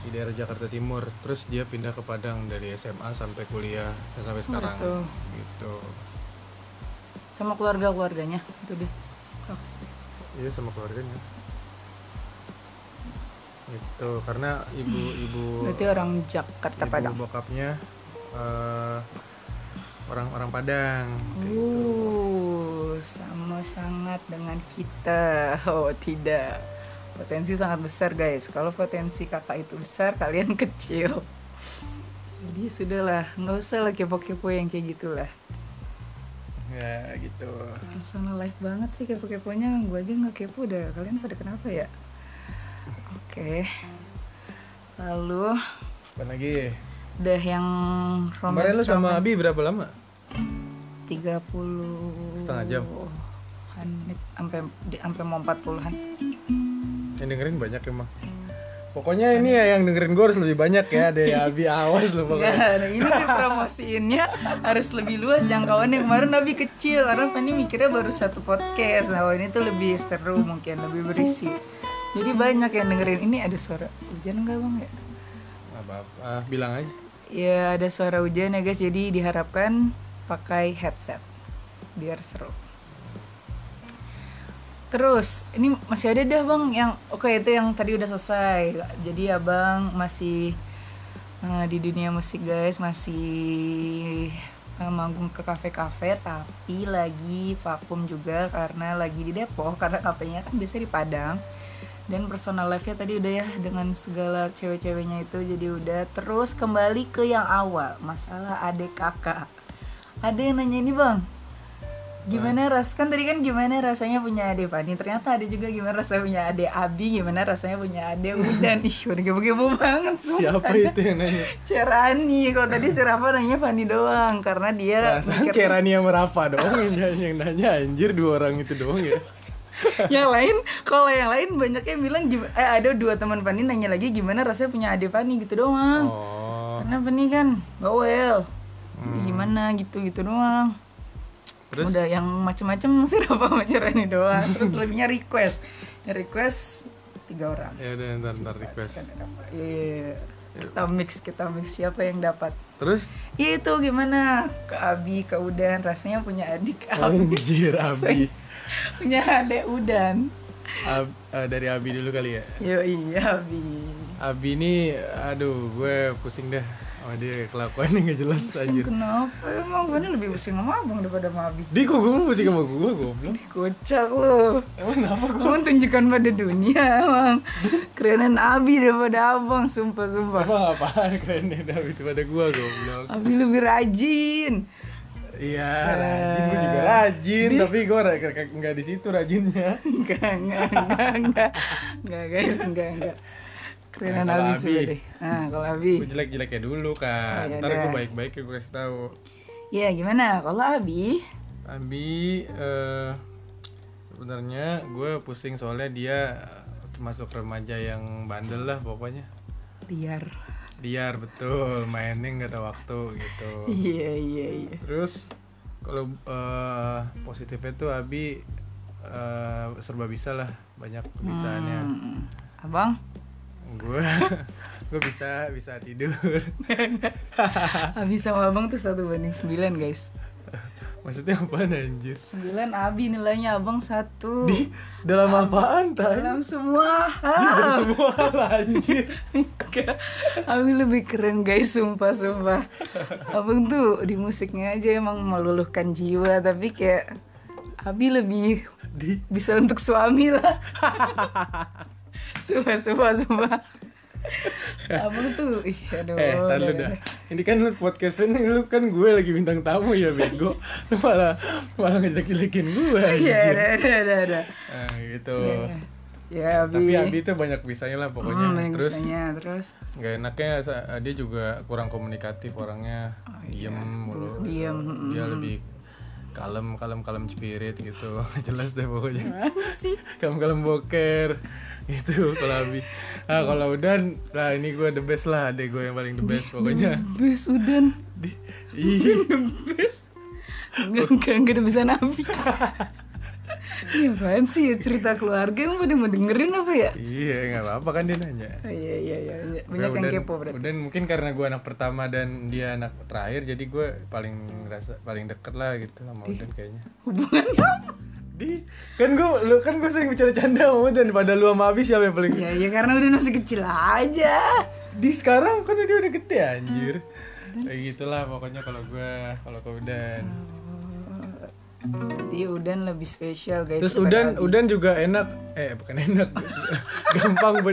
Speaker 2: di daerah Jakarta Timur terus dia pindah ke Padang dari SMA sampai kuliah dan sampai sekarang
Speaker 1: gitu.
Speaker 2: gitu
Speaker 1: Sama keluarga-keluarganya itu deh Oh,
Speaker 2: iya sama keluarganya gitu karena ibu-ibu
Speaker 1: Berarti orang Jakarta
Speaker 2: ibu
Speaker 1: Padang
Speaker 2: bokapnya eh, orang-orang Padang
Speaker 1: Oh.
Speaker 2: gitu.
Speaker 1: Uh, sama sangat dengan kita. Oh, tidak. Potensi sangat besar, guys. Kalau potensi kakak itu besar, kalian *laughs* kecil. Jadi sudahlah, nggak usah lah kepo-kepo yang kayak gitulah.
Speaker 2: ya gitu
Speaker 1: Personal life banget sih kepo-keponya. Gue aja nggak kepo udah. Kalian pada kenapa ya? Oke. Lalu
Speaker 2: Apa lagi?
Speaker 1: udah yang
Speaker 2: Kemarin lu
Speaker 1: romance
Speaker 2: sama Abi berapa lama?
Speaker 1: 30
Speaker 2: Setengah jam.
Speaker 1: Oh. menit sampai di- sampai mau 40-an.
Speaker 2: Yang dengerin banyak emang. Pokoknya ini ya yang dengerin gue harus lebih banyak ya dari Abi awas lu pokoknya.
Speaker 1: Ya, ini dipromosiinnya harus lebih luas jangkauannya. Kemarin Nabi kecil, karena Fanny mikirnya baru satu podcast. Nah, ini tuh lebih seru mungkin, lebih berisi. Jadi banyak yang dengerin. Ini ada suara hujan nggak bang ya?
Speaker 2: Apa, apa ah, bilang aja.
Speaker 1: Ya ada suara hujan ya guys. Jadi diharapkan pakai headset biar seru. Terus, ini masih ada dah bang yang oke itu yang tadi udah selesai. Jadi abang masih eh, di dunia musik guys masih eh, manggung ke kafe-kafe tapi lagi vakum juga karena lagi di Depok *laughs* karena kafenya kan biasa di Padang. Dan personal life-nya tadi udah ya dengan segala cewek-ceweknya itu jadi udah terus kembali ke yang awal masalah adik kakak. Ada yang nanya ini bang, Gimana ras kan tadi kan gimana rasanya punya ade Fani ternyata ada juga gimana rasanya punya ade Abi gimana rasanya punya ade Udan ih udah kepo banget
Speaker 2: Siapa itu yang nanya?
Speaker 1: Cerani kalau tadi si Rafa nanya Fani doang karena dia
Speaker 2: Perasaan
Speaker 1: Ya, mikir-
Speaker 2: Cerani sama Rafa doang yang nanya, yang nanya anjir dua orang itu doang ya.
Speaker 1: yang lain kalau yang lain banyak yang bilang gim- eh, ada dua teman Fani nanya lagi gimana rasanya punya ade Fani gitu doang
Speaker 2: Oh.
Speaker 1: karena Fani kan bawel gimana gitu gitu doang
Speaker 2: Hmm. Terus
Speaker 1: udah yang macem-macem *laughs* sih Rafa sama Cerani doang terus lebihnya request Yang request tiga orang
Speaker 2: ya udah ntar, ntar
Speaker 1: Kan
Speaker 2: request.
Speaker 1: ada apa? Iya. Kita mix, kita mix siapa yang dapat.
Speaker 2: Terus
Speaker 1: Iya, Itu gimana? Ke Abi, ke Udan, rasanya punya adik
Speaker 2: Oh,
Speaker 1: Abi,
Speaker 2: anjir Abi. iya.
Speaker 1: *laughs* punya adik Udan.
Speaker 2: Ab- eh, dari Abi dulu kali ya.
Speaker 1: Yo iya Abi.
Speaker 2: Abi ini aduh gue pusing dah sama dia kelakuannya nggak jelas
Speaker 1: Pusing
Speaker 2: anjir.
Speaker 1: kenapa? Emang gue lebih pusing sama abang daripada sama Abi.
Speaker 2: Di kok gue mau pusing sama gue goblok.
Speaker 1: Kocak lu.
Speaker 2: Emang kenapa gue?
Speaker 1: Kamu tunjukkan pada dunia emang. Kerenan Abi daripada abang, sumpah-sumpah.
Speaker 2: Apa apaan keren deh Abi daripada gue goblok.
Speaker 1: Abi lebih rajin.
Speaker 2: Iya rajin gue juga rajin tapi gue ra- ra- ra- nggak di situ rajinnya.
Speaker 1: Enggak, enggak, enggak, enggak. Enggak, guys, enggak, enggak. Kerenan
Speaker 2: Nah, kalau
Speaker 1: Abi
Speaker 2: Abi.
Speaker 1: sudah deh. Nah, kalau Abi.
Speaker 2: Gue jelek jeleknya dulu
Speaker 1: Oh,
Speaker 2: kan.
Speaker 1: iya
Speaker 2: Ntar gue
Speaker 1: dah.
Speaker 2: baik baik gue kasih tahu.
Speaker 1: Ya, gimana? Kalau Abi,
Speaker 2: Abi eh sebenarnya gue pusing soalnya dia masuk remaja yang bandel lah pokoknya.
Speaker 1: liar.
Speaker 2: liar betul mainnya nggak ada waktu gitu
Speaker 1: Iya, iya, iya.
Speaker 2: terus kalau eh, positifnya tuh Abi eh, serba bisa lah banyak kebisaannya
Speaker 1: Hmm. Abang?
Speaker 2: *laughs* gue gue bisa bisa tidur
Speaker 1: Abi sama Abang tuh satu banding 9, guys.
Speaker 2: maksudnya apaan anjir
Speaker 1: 9 Abi nilainya Abang satu.
Speaker 2: di dalam apaan tay
Speaker 1: Uh, um, Dalam Ah. semua *laughs*
Speaker 2: Di
Speaker 1: hal.
Speaker 2: dalam semua hal, anjir
Speaker 1: Enggak. Abi lebih keren guys, sumpah sumpah. Abang tuh di musiknya aja emang meluluhkan jiwa, tapi kayak Abi lebih
Speaker 2: di
Speaker 1: bisa untuk suami
Speaker 2: *laughs*
Speaker 1: lah. sumpah sumpah sumpah. Abang tuh, ih aduh.
Speaker 2: eh tar lu dah ini kan lu podcast ini lu kan gue lagi bintang tamu ya
Speaker 1: *laughs*
Speaker 2: bego lu malah malah ngejelekin gue
Speaker 1: Iya,
Speaker 2: Eh, anjir
Speaker 1: ada, ada, ada, ada.
Speaker 2: nah, gitu
Speaker 1: Ya, Abi.
Speaker 2: tapi Abi itu banyak bisanya lah pokoknya
Speaker 1: Hmm, banyak
Speaker 2: terus
Speaker 1: bisanya, terus
Speaker 2: nggak enaknya sa- dia juga kurang komunikatif orangnya diem mulu gitu.
Speaker 1: Oh, iya. diem, mm,
Speaker 2: dia lebih kalem kalem kalem spirit gitu *laughs* jelas deh pokoknya
Speaker 1: Apaan sih?
Speaker 2: kalem kalem boker gitu kalau Abi ah kalau Udan lah ini gue the best lah adek gue yang paling the best
Speaker 1: *laughs*
Speaker 2: pokoknya
Speaker 1: Bes Udan
Speaker 2: di iya. ih
Speaker 1: Bes Enggak, enggak, enggak ada bisa nabi Ini apaan sih ya cerita keluarga yang pada mau dengerin apa ya?
Speaker 2: iya nggak apa apa kan dia nanya
Speaker 1: Oh, iya, iya, iya, iya.
Speaker 2: Gue
Speaker 1: banyak yang
Speaker 2: Udan-
Speaker 1: kepo berarti
Speaker 2: Udan mungkin karena gue anak pertama dan dia anak terakhir jadi gue paling ngerasa paling deket lah gitu sama Udan kayaknya.
Speaker 1: Hubungannya apa?
Speaker 2: Di kan gue lu kan gue sering bicara canda sama Udan pada lu sama Abi siapa yang paling
Speaker 1: Ya, ya karena Udan masih kecil aja
Speaker 2: di sekarang kan dia udah gede anjir. Kayak gitulah pokoknya kalau gue kalau ke Udan.
Speaker 1: Jadi Udan lebih spesial guys
Speaker 2: Terus
Speaker 1: daripada
Speaker 2: Udan Udan juga enak eh bukan enak *laughs* gampang buat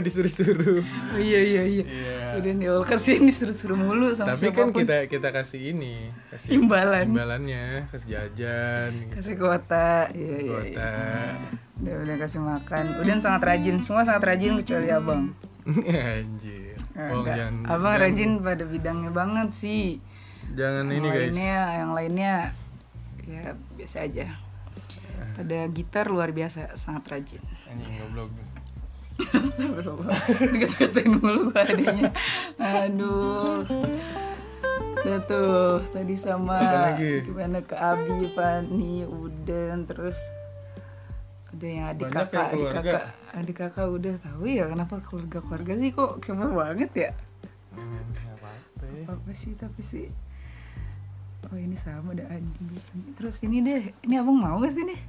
Speaker 1: Abi.
Speaker 2: disuruh-suruh.
Speaker 1: Oh, Iya, iya, iya
Speaker 2: Iya.
Speaker 1: Udan ya Allah *laughs* kasihan disuruh-suruh mulu sama
Speaker 2: Tapi kan
Speaker 1: siapapun.
Speaker 2: kita kita kasih ini, kasih
Speaker 1: Imbalan.
Speaker 2: imbalannya, kasih jajan, gitu.
Speaker 1: Kasih kuota Iya, iya, iya
Speaker 2: kuota. *laughs*
Speaker 1: Udah, udah kasih makan. Udah sangat rajin, semua sangat rajin kecuali abang.
Speaker 2: Anjir. Bohong
Speaker 1: Nah, Enggak.
Speaker 2: jangan.
Speaker 1: Abang
Speaker 2: jangan-
Speaker 1: rajin pada bidangnya banget sih.
Speaker 2: Jangan
Speaker 1: Yang
Speaker 2: ini guys.
Speaker 1: lainnya, yang lainnya ya biasa aja. Pada gitar luar biasa, sangat rajin.
Speaker 2: Ah, Anjing goblok.
Speaker 1: Astagfirullah. Dikata-katain mulu gua adanya. Aduh. Udah tuh tadi sama
Speaker 2: Apa lagi?
Speaker 1: gimana ke Abi, Fani, Uden, terus ada yang adik
Speaker 2: Banyak ya
Speaker 1: kakak, adik
Speaker 2: keluarga.
Speaker 1: kakak, adik kakak udah tahu ya kenapa keluarga keluarga sih kok kepo banget ya?
Speaker 2: Hmm, nggak apa-apa ya.
Speaker 1: Apa sih tapi sih Oh ini sama ada Adi Fani. Terus ini deh, ini abang mau gak sih nih?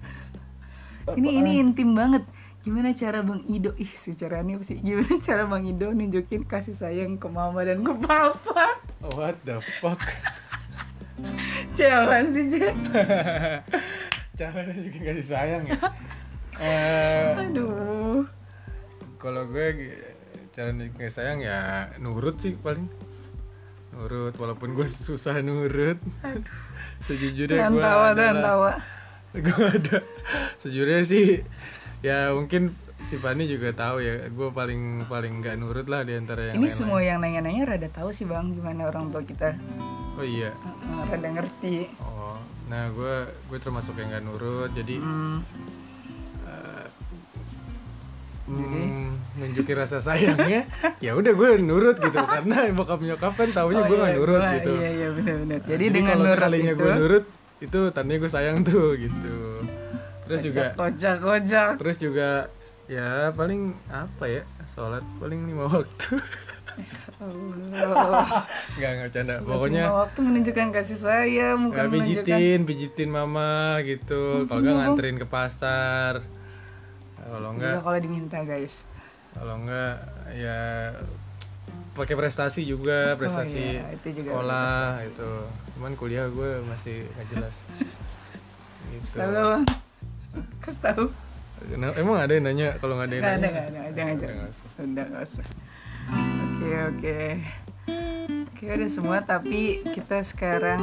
Speaker 1: Ini ini intim banget. Gimana cara Bang Ido? Ih, si caranya apa sih? Gimana cara Bang Ido nunjukin kasih sayang ke mama dan ke papa? *laughs*
Speaker 2: Oh, What the fuck? *laughs*
Speaker 1: Jangan sih, Cek.
Speaker 2: Caranya juga kasih sayang ya. Eh,
Speaker 1: Aduh.
Speaker 2: kalau gue gi- cara nunjukin kasih sayang ya nurut sih paling. Nurut walaupun gue susah nurut. Sejujurnya
Speaker 1: Tahan
Speaker 2: gue
Speaker 1: tawa, tahan
Speaker 2: adalah- *laughs*
Speaker 1: tawa.
Speaker 2: gue ada sejujurnya sih ya mungkin si Fani juga tahu ya gue paling paling nggak nurut lah di antara yang
Speaker 1: Ini
Speaker 2: lain-lain.
Speaker 1: semua ya? yang nanya-nanya rada tahu sih, Bang, gimana orang tua kita.
Speaker 2: oh iya
Speaker 1: Heeh, Rada ngerti.
Speaker 2: oh nah gue gue termasuk yang nggak nurut jadi
Speaker 1: Hmm.
Speaker 2: hmm, nunjukin rasa sayangnya ya udah gue nurut gitu
Speaker 1: *laughs*
Speaker 2: karena bokap nyokap kan taunya
Speaker 1: Oh,
Speaker 2: gue nggak
Speaker 1: iya,
Speaker 2: nurut
Speaker 1: gua-
Speaker 2: gitu
Speaker 1: Iya, iya benar-benar. Jadi,
Speaker 2: Jadi
Speaker 1: dengan
Speaker 2: kalau
Speaker 1: nurut
Speaker 2: sekalinya
Speaker 1: itu,
Speaker 2: gue nurut itu tandanya gue sayang tuh gitu terus juga
Speaker 1: kocak
Speaker 2: *laughs*
Speaker 1: kocak.
Speaker 2: terus juga ya paling apa ya sholat paling lima *laughs* waktu
Speaker 1: Allah.
Speaker 2: nggak nggak bercanda
Speaker 1: Cuma
Speaker 2: Ya, pokoknya
Speaker 1: waktu menunjukkan kasih sayang, bukan
Speaker 2: eh,
Speaker 1: menunjukkan
Speaker 2: pijitin pijitin mama gitu kalau
Speaker 1: *laughs*
Speaker 2: nggak nganterin ke pasar kalau
Speaker 1: Juga
Speaker 2: nggak
Speaker 1: kalau diminta guys.
Speaker 2: kalau nggak ya pakai prestasi juga prestasi
Speaker 1: iya, itu juga
Speaker 2: sekolah gitu cuman kuliah gue masih nggak
Speaker 1: *laughs*
Speaker 2: jelas gitu
Speaker 1: Kasih tahu bang. Kasih tahu.
Speaker 2: Nah, emang ada yang nanya kalau nggak ada yang
Speaker 1: Gak ada
Speaker 2: nanya
Speaker 1: gak ada. Jangan
Speaker 2: Nggak ada,
Speaker 1: jangan.
Speaker 2: nggak usah.
Speaker 1: Udah nggak usah. Oke oke. Oke udah semua tapi kita sekarang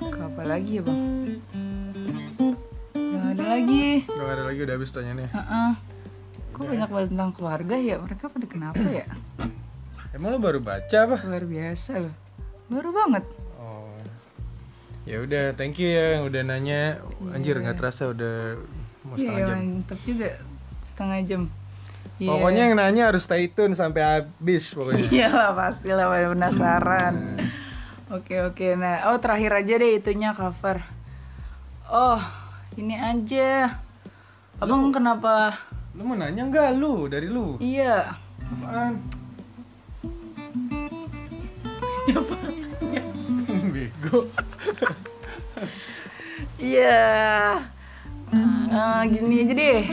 Speaker 1: ke apa lagi ya bang? Gak ada lagi.
Speaker 2: Nggak ada lagi udah habis pertanyaannya
Speaker 1: Heeh. Kok banyak banget tentang keluarga ya? Mereka pada kenapa ya?
Speaker 2: emang lo baru baca apa
Speaker 1: Luar biasa loh. Baru banget.
Speaker 2: Oh. Ya udah, thank you ya yang udah nanya. Anjir nggak terasa udah mau
Speaker 1: Iya
Speaker 2: setengah jam.
Speaker 1: mantap juga setengah jam. Iya.
Speaker 2: Pokoknya yang nanya harus stay tune sampai habis pokoknya.
Speaker 1: *laughs* Iyalah pastilah pada penasaran. Oke oke nah oh terakhir aja deh itunya cover. Oh ini aja. Abang kenapa?
Speaker 2: lu mau nanya nggak lu dari lu?
Speaker 1: Iya.
Speaker 2: Apaan? Ya, Bego.
Speaker 1: Iya. Eh, gini aja deh.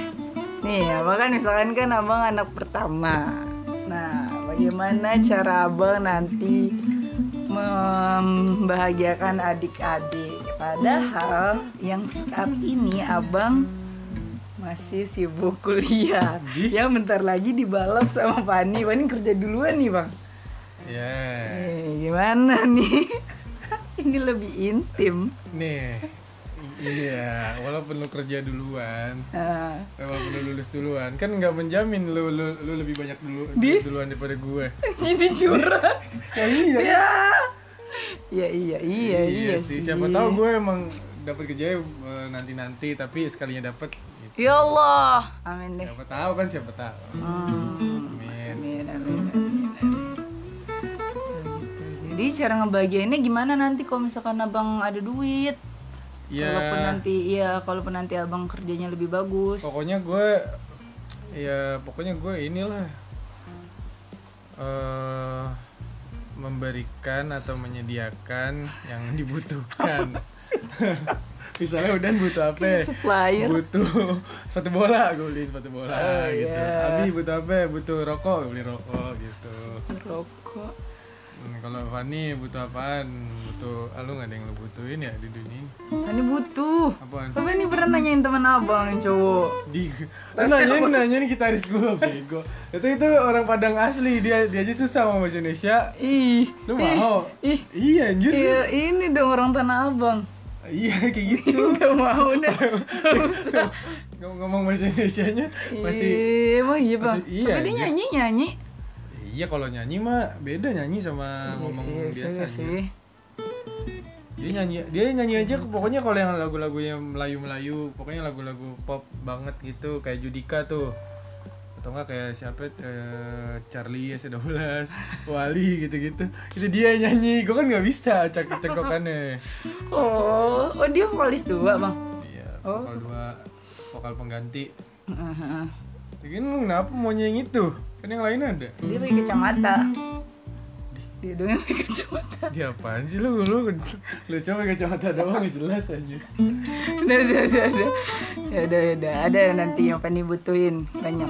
Speaker 1: Nih, abang kan misalkan kan abang anak pertama. Nah, bagaimana cara abang nanti membahagiakan adik-adik? Padahal yang saat ini abang masih sibuk kuliah.
Speaker 2: Di?
Speaker 1: Yang bentar lagi dibalap sama Fani. Fani kerja duluan nih, Bang.
Speaker 2: Ya.
Speaker 1: Eh, gimana nih? *laughs* ini lebih intim.
Speaker 2: Nih. Iya, walaupun lu kerja duluan,
Speaker 1: Nah.
Speaker 2: eh, walaupun lu lulus duluan, kan nggak menjamin lu, lu lu lebih banyak dulu
Speaker 1: Di?
Speaker 2: duluan daripada gue.
Speaker 1: jadi curang
Speaker 2: Ya iya.
Speaker 1: ya ya iya iya iya sih
Speaker 2: Siapa tahu gue emang dapat kerja nanti nanti, tapi sekalinya dapat. Gitu.
Speaker 1: ya Allah amin deh
Speaker 2: Siapa tahu kan siapa tahu.
Speaker 1: Hmm.
Speaker 2: Amin.
Speaker 1: amin amin amin, amin. Jadi cara ngebagiainnya gimana nanti kalau misalkan abang ada duit? Kalaupun
Speaker 2: Ya
Speaker 1: nanti iya, kalaupun nanti abang kerjanya lebih bagus.
Speaker 2: pokoknya gue ya pokoknya gue inilah eh memberikan atau menyediakan yang
Speaker 1: *laughs*
Speaker 2: dibutuhkan. Misalnya udah butuh apa?
Speaker 1: Supplier.
Speaker 2: butuh sepatu bola gue beli sepatu bola
Speaker 1: Oh,
Speaker 2: gitu
Speaker 1: iya.
Speaker 2: abi butuh apa butuh rokok gue beli rokok gitu
Speaker 1: Rokok.
Speaker 2: Hmm, kalau Fani butuh apaan butuh ah, lu nggak ada yang lu butuhin ya di dunia ini
Speaker 1: Nah, Ini butuh.
Speaker 2: apaan
Speaker 1: Tapi ini pernah nanyain teman abang yang cowok.
Speaker 2: di lu nanyain nanyain gitaris gue bego itu itu orang Padang asli dia dia aja susah sama bahasa Indonesia
Speaker 1: Ih,
Speaker 2: lu mau
Speaker 1: ih,
Speaker 2: iya anjir
Speaker 1: iya ini dong orang tanah abang.
Speaker 2: iya kayak gitu
Speaker 1: Gak mau dah Gak usah
Speaker 2: Ngom- ngomong bahasa Indonesia-nya *laughs* masih
Speaker 1: Ih, emang iya bang
Speaker 2: masih- iya,
Speaker 1: tapi dia
Speaker 2: iya.
Speaker 1: nyanyi nyanyi
Speaker 2: iya kalau nyanyi mah beda nyanyi sama Eh, ngomong
Speaker 1: Iya sih,
Speaker 2: biasanya
Speaker 1: sih.
Speaker 2: dia nyanyi dia nyanyi aja pokoknya kalau yang lagu-lagunya Melayu Melayu pokoknya lagu-lagu pop banget gitu kayak Judika tuh atau enggak kayak siapa eh, Charlie S12 Wali gitu-gitu itu dia yang nyanyi gue kan nggak bisa cakep cekokannya
Speaker 1: oh oh dia vokalis dua bang
Speaker 2: iya
Speaker 1: Oh.
Speaker 2: vokal dua vokal pengganti
Speaker 1: Heeh, heeh.
Speaker 2: Lagian lu kenapa mau nyanyi itu kan yang lain ada
Speaker 1: dia pakai kacamata dia dong yang pakai kacamata *laughs*
Speaker 2: dia apaan sih lu lu lu coba kacamata doang ya jelas aja
Speaker 1: udah udah udah udah ya udah udah ada nanti yang Fanny butuhin banyak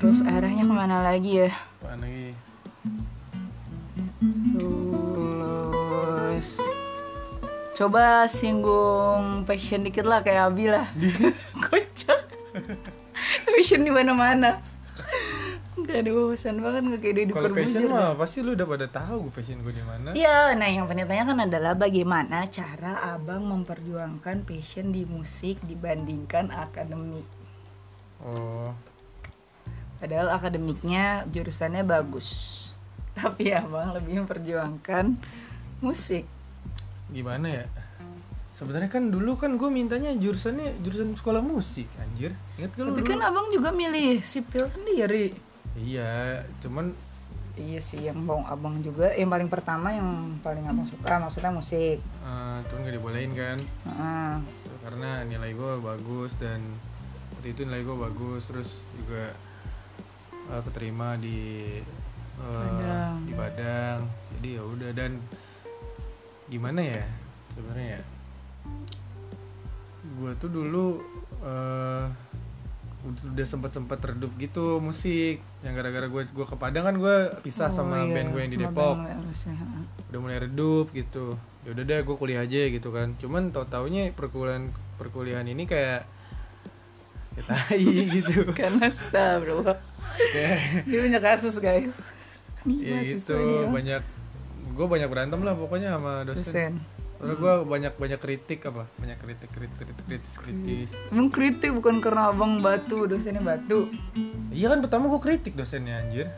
Speaker 1: terus arahnya kemana lagi ya
Speaker 2: apaan lagi
Speaker 1: terus coba singgung passion dikit lah kayak Abi lah *laughs* kocak passion di mana mana nggak ada bosan banget nggak kayak di
Speaker 2: kalau passion mah pasti lu udah pada tahu gue passion gue di mana
Speaker 1: Iya, nah yang penitanya kan adalah bagaimana cara abang memperjuangkan passion di musik dibandingkan akademik.
Speaker 2: oh
Speaker 1: Padahal akademiknya jurusannya bagus, tapi abang lebih memperjuangkan musik.
Speaker 2: gimana ya sebenarnya kan dulu kan gue mintanya jurusannya jurusan sekolah musik anjir ingat gak lu
Speaker 1: Tapi kan
Speaker 2: dulu?
Speaker 1: abang juga milih sipil sendiri.
Speaker 2: iya cuman
Speaker 1: Iya sih, yang bang abang juga, yang paling pertama yang paling abang suka maksudnya musik.
Speaker 2: eh, cuman gak dibolehin kan
Speaker 1: Heeh.
Speaker 2: gitu. karena nilai gue bagus dan waktu itu nilai gue bagus terus juga eh, keterima di eh,
Speaker 1: Padang.
Speaker 2: di Padang jadi ya udah dan gimana ya sebenarnya ya gue tuh dulu eh, ud- udah sempat sempat redup gitu musik yang gara-gara gue gue ke Padang kan gue pisah
Speaker 1: Oh
Speaker 2: sama
Speaker 1: iya,
Speaker 2: band gue yang di
Speaker 1: sama
Speaker 2: Depok
Speaker 1: band gue, harusnya, heeh. *laughs*
Speaker 2: udah mulai redup gitu ya udah deh gue kuliah aja gitu kan cuman tau taunya perkuliahan perkuliahan ini kayak kayak tai
Speaker 1: *laughs*
Speaker 2: gitu
Speaker 1: Karena astagfirullah.
Speaker 2: kayak
Speaker 1: Dia punya kasus guys. Nih,
Speaker 2: *laughs* ya
Speaker 1: mahasiswa
Speaker 2: gitu
Speaker 1: dia.
Speaker 2: banyak gue banyak berantem lah pokoknya sama dosen
Speaker 1: dosen.
Speaker 2: terus gue banyak banyak kritik apa banyak kritik kritik kritik kritis kritis
Speaker 1: Emang kritik bukan karena abang batu, dosennya batu. Hmm.
Speaker 2: iya kan pertama gue kritik dosennya anjir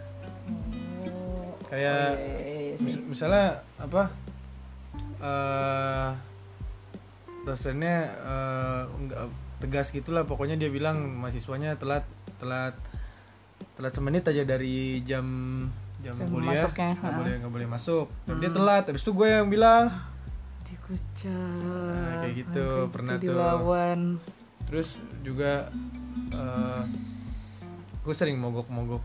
Speaker 2: Kayak-
Speaker 1: Oh,
Speaker 2: Ya.
Speaker 1: iya, iya, iya sih.
Speaker 2: Mis- misalnya apa eh dosennya eh, nggak tegas gitulah pokoknya dia bilang mahasiswanya telat telat telat semenit aja dari jam jam
Speaker 1: Jam
Speaker 2: kuliah
Speaker 1: masuknya, Hmm.
Speaker 2: nggak
Speaker 1: ha.
Speaker 2: boleh nggak boleh masuk Dan dia telat habis itu gue yang bilang
Speaker 1: Dikucak.
Speaker 2: Nah, kayak gitu,
Speaker 1: Kayak
Speaker 2: pernah tuh.
Speaker 1: dilawan.
Speaker 2: terus juga eh gue sering mogok-mogok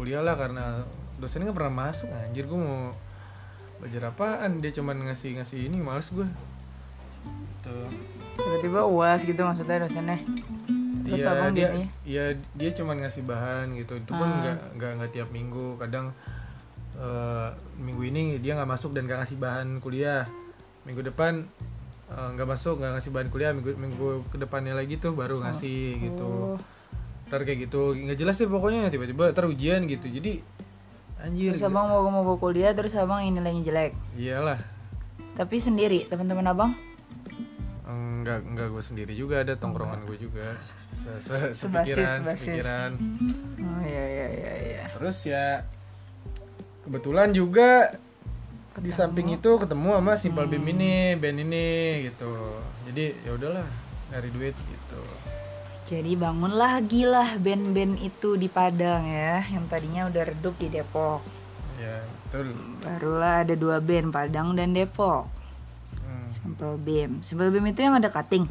Speaker 2: kuliah lah karena dosennya nggak pernah masuk anjir gue mau belajar apaan dia cuman ngasih ngasih ini males gue gitu
Speaker 1: Tiba-tiba uas gitu maksudnya dosennya. Terus
Speaker 2: Iya,
Speaker 1: abang
Speaker 2: dia
Speaker 1: gini.
Speaker 2: iya, dia cuman ngasih bahan gitu itu pun
Speaker 1: Ah.
Speaker 2: nggak nggak nggak tiap minggu kadang eh, minggu ini dia nggak masuk dan nggak ngasih bahan kuliah minggu depan eh, nggak masuk nggak ngasih bahan kuliah minggu minggu kedepannya lagi tuh baru
Speaker 1: Sama-
Speaker 2: ngasih gitu
Speaker 1: Oh,
Speaker 2: ntar kayak gitu nggak jelas sih pokoknya tiba-tiba ntar ujian gitu jadi anjir gitu.
Speaker 1: Terus abang mau mau mau kuliah terus abang ini nilainya jelek.
Speaker 2: iyalah
Speaker 1: Tapi sendiri teman-teman abang
Speaker 2: enggak enggak gue sendiri juga ada tongkrongan gue juga Se- se-
Speaker 1: Sebasis,
Speaker 2: sepikiran
Speaker 1: sebasis.
Speaker 2: sepikiran
Speaker 1: Oh iya iya iya iya.
Speaker 2: terus ya kebetulan juga
Speaker 1: Ketemu.
Speaker 2: di
Speaker 1: Hmm.
Speaker 2: samping itu ketemu sama Simple Beam ini band ini gitu jadi ya udahlah nyari duit gitu
Speaker 1: Jadi bangunlah gilah band-band itu di Padang ya, yang tadinya udah redup di Depok.
Speaker 2: ya betul
Speaker 1: Barulah ada dua band Padang dan Depok.
Speaker 2: Hmm.
Speaker 1: Simple Beam. Simple Beam itu yang ada cutting.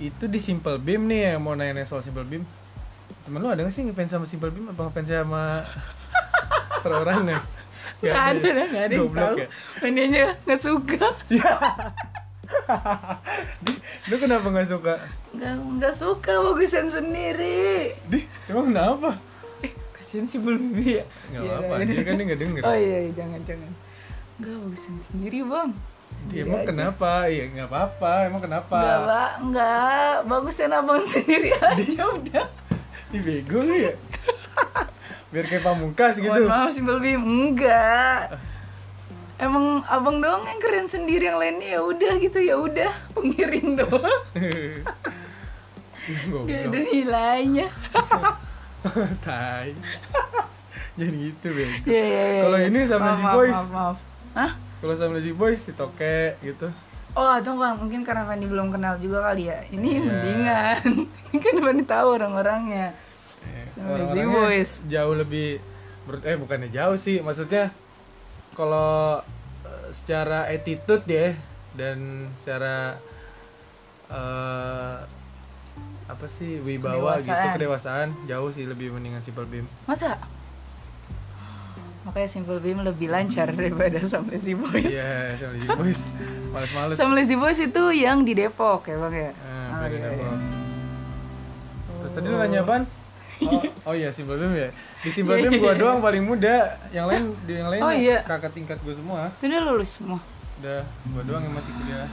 Speaker 2: itu di Simple Beam nih yang mau nanya soal Simple Beam temen lu ada gak sih ngefans sama Simple Beam apa ngefans
Speaker 1: *laughs*
Speaker 2: sama perorangan Gak ya?
Speaker 1: nggak
Speaker 2: Goblok ya?
Speaker 1: Ini aja nggak suka.
Speaker 2: lu kenapa gak suka
Speaker 1: Nggak nggak suka bagusan sendiri.
Speaker 2: di emang kenapa
Speaker 1: Eh, kasihan si Bulbi ya.
Speaker 2: Nggak
Speaker 1: Iya,
Speaker 2: apa-apa,
Speaker 1: iya.
Speaker 2: dia kan dia nggak denger.
Speaker 1: Oh iya, iya, jangan jangan. Nggak bagusan sendiri bang.
Speaker 2: Dia
Speaker 1: Sendiri
Speaker 2: emang
Speaker 1: aja.
Speaker 2: kenapa iya nggak apa-apa emang kenapa
Speaker 1: Nggak, Pak. Nggak. Bagusan abang *laughs* sendiri aja udah.
Speaker 2: Ih bego lu
Speaker 1: *laughs*
Speaker 2: ya biar kayak pamungkas gitu *laughs*
Speaker 1: Mohon maaf si Bulbi. Enggak. emang abang doang yang keren sendiri yang lainnya ya udah gitu ya udah pengiring doang gak ada
Speaker 2: Goblok.
Speaker 1: nilainya
Speaker 2: *laughs* Tai. *laughs* Jangan gitu, Bang.
Speaker 1: ya ya ya
Speaker 2: Kalau
Speaker 1: ya.
Speaker 2: ini sama
Speaker 1: Maaf,
Speaker 2: si
Speaker 1: maaf,
Speaker 2: Boys.
Speaker 1: maaf, maaf. Hah?
Speaker 2: Kalau sama si boys si toke gitu.
Speaker 1: Oh, atau nggak, mungkin karena Fanny belum kenal juga kali ya. Ini
Speaker 2: Iya.
Speaker 1: mendingan. *laughs* Ini kan Fanny tahu orang-orangnya.
Speaker 2: Eh,
Speaker 1: Sama
Speaker 2: orang-orangnya
Speaker 1: si boys.
Speaker 2: Jauh lebih ber- eh bukannya jauh sih, maksudnya kalau eh, secara attitude ya dan secara eh apa sih wibawa gitu
Speaker 1: Kedewasaan.
Speaker 2: kedewasaan jauh sih lebih mendingan simple beam
Speaker 1: Masa? Makanya Simple Beam lebih lancar daripada sama si Boys.
Speaker 2: iya sama si boys males-males
Speaker 1: Sama si Boys itu yang di Depok ya bang ya?
Speaker 2: Eh,
Speaker 1: Oh,
Speaker 2: Fadil
Speaker 1: iya, iya.
Speaker 2: Abro. Terus tadi lu nanya apaan? Oh, oh iya si Babim ya. Di si Babim gua doang paling muda, yang lain di yang
Speaker 1: Iya,
Speaker 2: lain
Speaker 1: Oh, iya.
Speaker 2: kakak tingkat gua semua.
Speaker 1: Itu udah lulus semua.
Speaker 2: Udah gua doang yang masih kuliah.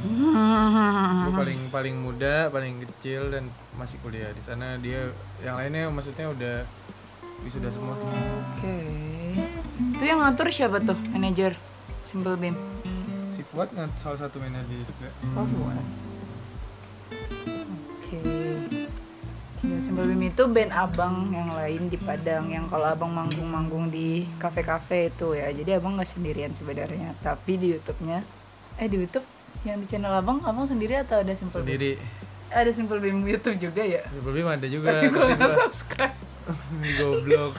Speaker 1: Mm-hmm.
Speaker 2: Gua paling paling muda, paling kecil dan masih kuliah. Di sana dia yang lainnya maksudnya udah wisuda semua.
Speaker 1: Oke. Itu yang ngatur siapa tuh? Manajer Simple Beam.
Speaker 2: Si Fuad nggak salah satu mainnya di juga.
Speaker 1: Oh, bukan. Oke. Ya, Simple Beam itu band abang yang lain di Padang yang kalau abang manggung-manggung di kafe-kafe itu ya. Jadi abang nggak sendirian sebenarnya. Tapi di YouTube-nya, eh di YouTube yang di channel abang, abang sendiri atau ada Simple Beam?
Speaker 2: Sendiri.
Speaker 1: Ada Simple Beam YouTube juga ya?
Speaker 2: Si Babim ada
Speaker 1: *laughs*
Speaker 2: juga.
Speaker 1: Tapi gue
Speaker 2: tapi
Speaker 1: nggak
Speaker 2: gua-
Speaker 1: subscribe.
Speaker 2: *laughs* Goblok.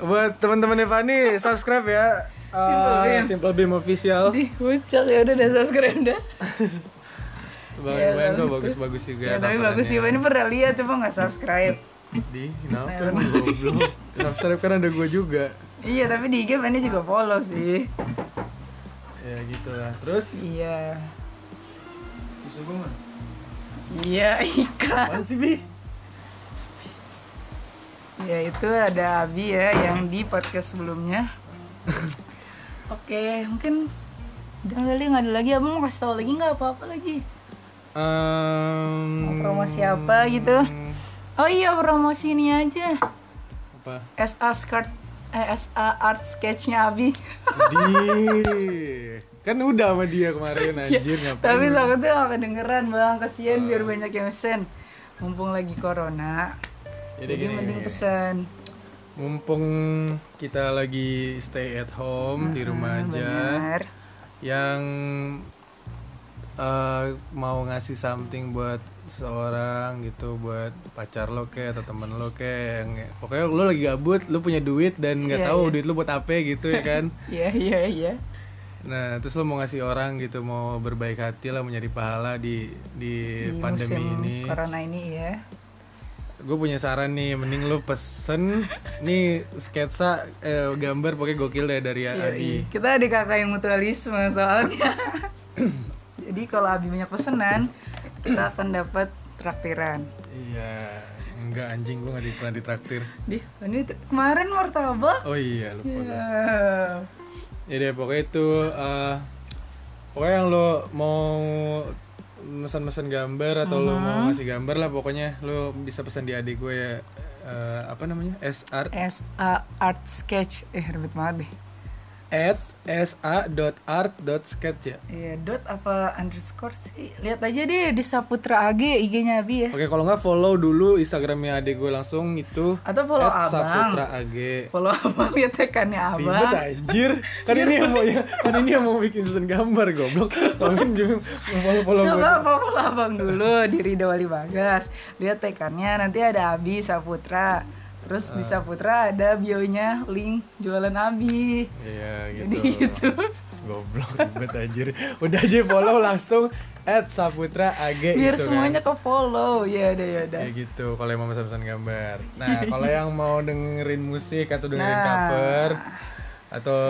Speaker 2: Buat teman-teman Fani, subscribe ya. Eh,
Speaker 1: Simple Beam.
Speaker 2: Simple Beam official.
Speaker 1: Di kocak ya udah udah subscribe dah.
Speaker 2: Bang
Speaker 1: Ya,
Speaker 2: Iwan
Speaker 1: kalau
Speaker 2: kok
Speaker 1: gitu.
Speaker 2: bagus-bagus juga.
Speaker 1: Ya, tapi
Speaker 2: coverannya.
Speaker 1: bagus sih, ini pernah lihat cuma nggak subscribe.
Speaker 2: Di, kenapa
Speaker 1: Nah,
Speaker 2: emang
Speaker 1: *laughs*
Speaker 2: goblok? Subscribe kan ada gue juga.
Speaker 1: Iya, tapi di IG ini juga follow sih.
Speaker 2: Ya gitu lah. Terus
Speaker 1: Iya.
Speaker 2: bisa gue mana?
Speaker 1: Iya, ikan.
Speaker 2: Apaan sih, Bi?
Speaker 1: Ya itu ada Abi ya yang di podcast sebelumnya. *laughs* Oke, mungkin udah kali nggak ada lagi. Abang mau kasih tahu lagi nggak apa-apa lagi? Mau
Speaker 2: Um,
Speaker 1: promosi apa gitu? Oh iya promosi ini aja.
Speaker 2: Apa?
Speaker 1: SA Skirt, eh, SA Art Sketchnya Abi.
Speaker 2: Di. Kan udah sama dia kemarin anjir ngapain.
Speaker 1: *laughs* Iya,
Speaker 2: Ya
Speaker 1: Tapi
Speaker 2: lu?
Speaker 1: takutnya nggak kedengeran bang, kasihan biar banyak yang pesen. Mumpung lagi corona,
Speaker 2: Jadi
Speaker 1: jadi,
Speaker 2: gini,
Speaker 1: mending
Speaker 2: gini.
Speaker 1: pesan.
Speaker 2: Mumpung kita lagi stay at
Speaker 1: Nah,
Speaker 2: home di
Speaker 1: Ya.
Speaker 2: rumah aja.
Speaker 1: Benar.
Speaker 2: yang eh, mau ngasih something buat seorang gitu buat pacar lo ke atau temen lo ke yang pokoknya lo lagi gabut lo punya duit dan nggak
Speaker 1: Iya,
Speaker 2: tahu
Speaker 1: iya.
Speaker 2: duit lo buat apa gitu
Speaker 1: *laughs*
Speaker 2: ya kan
Speaker 1: Iya iya iya.
Speaker 2: nah terus lo mau ngasih orang gitu mau berbaik hati lah menjadi pahala di di,
Speaker 1: Di
Speaker 2: pandemi
Speaker 1: musim
Speaker 2: ini
Speaker 1: corona ini ya.
Speaker 2: gue punya saran nih mending lo pesen nih sketsa eh, gambar pokoknya gokil deh dari
Speaker 1: Iya,
Speaker 2: Abi
Speaker 1: Yoi. Kita ada kakak yang mutualisme soalnya. *clears throat* Jadi kalau Abi banyak pesanan, kita akan dapat traktiran.
Speaker 2: iya enggak anjing gue nggak di- pernah ditraktir
Speaker 1: Dih, ini t- kemarin martabak.
Speaker 2: oh iya lupa gua.
Speaker 1: Ya.
Speaker 2: ya deh pokoknya itu eh, pokoknya yang lo mau pesan-pesan gambar atau lo
Speaker 1: Mm-hmm.
Speaker 2: mau ngasih gambar lah pokoknya lo bisa pesan di adik gue ya eh, apa namanya sr
Speaker 1: SA Art Sketch. Eh, ribet banget deh.
Speaker 2: at sa.art.sketch ya
Speaker 1: Iya, dot apa underscore sih? Lihat aja deh di Saputra AG IG-nya Abi ya.
Speaker 2: oke kalau nggak follow dulu instagramnya adik gue langsung itu
Speaker 1: Atau follow Abang.
Speaker 2: at saputra ag
Speaker 1: Follow Abang *laughs* lihat tekannya
Speaker 2: Ribet
Speaker 1: Abang.
Speaker 2: anjir Kan ini yang mau ya, Kan ini yang mau bikin season gambar goblok Komen juga follow-follow gue
Speaker 1: Coba apa follow Abang dulu di Rida Wali Bagas. Lihat tekannya nanti ada Abi Saputra. Terus
Speaker 2: Ah.
Speaker 1: di Saputra ada bionya link jualan Abi.
Speaker 2: Iya gitu.
Speaker 1: Jadi gitu.
Speaker 2: Goblok ribet anjir. Udah aja follow langsung at Saputra AG
Speaker 1: Biar
Speaker 2: *laughs* gitu
Speaker 1: semuanya
Speaker 2: kan.
Speaker 1: ke follow. Ya udah ya udah.
Speaker 2: Kayak gitu kalau yang mau pesan gambar.
Speaker 1: *laughs*
Speaker 2: Nah, kalau yang mau dengerin musik atau dengerin
Speaker 1: Nah.
Speaker 2: cover atau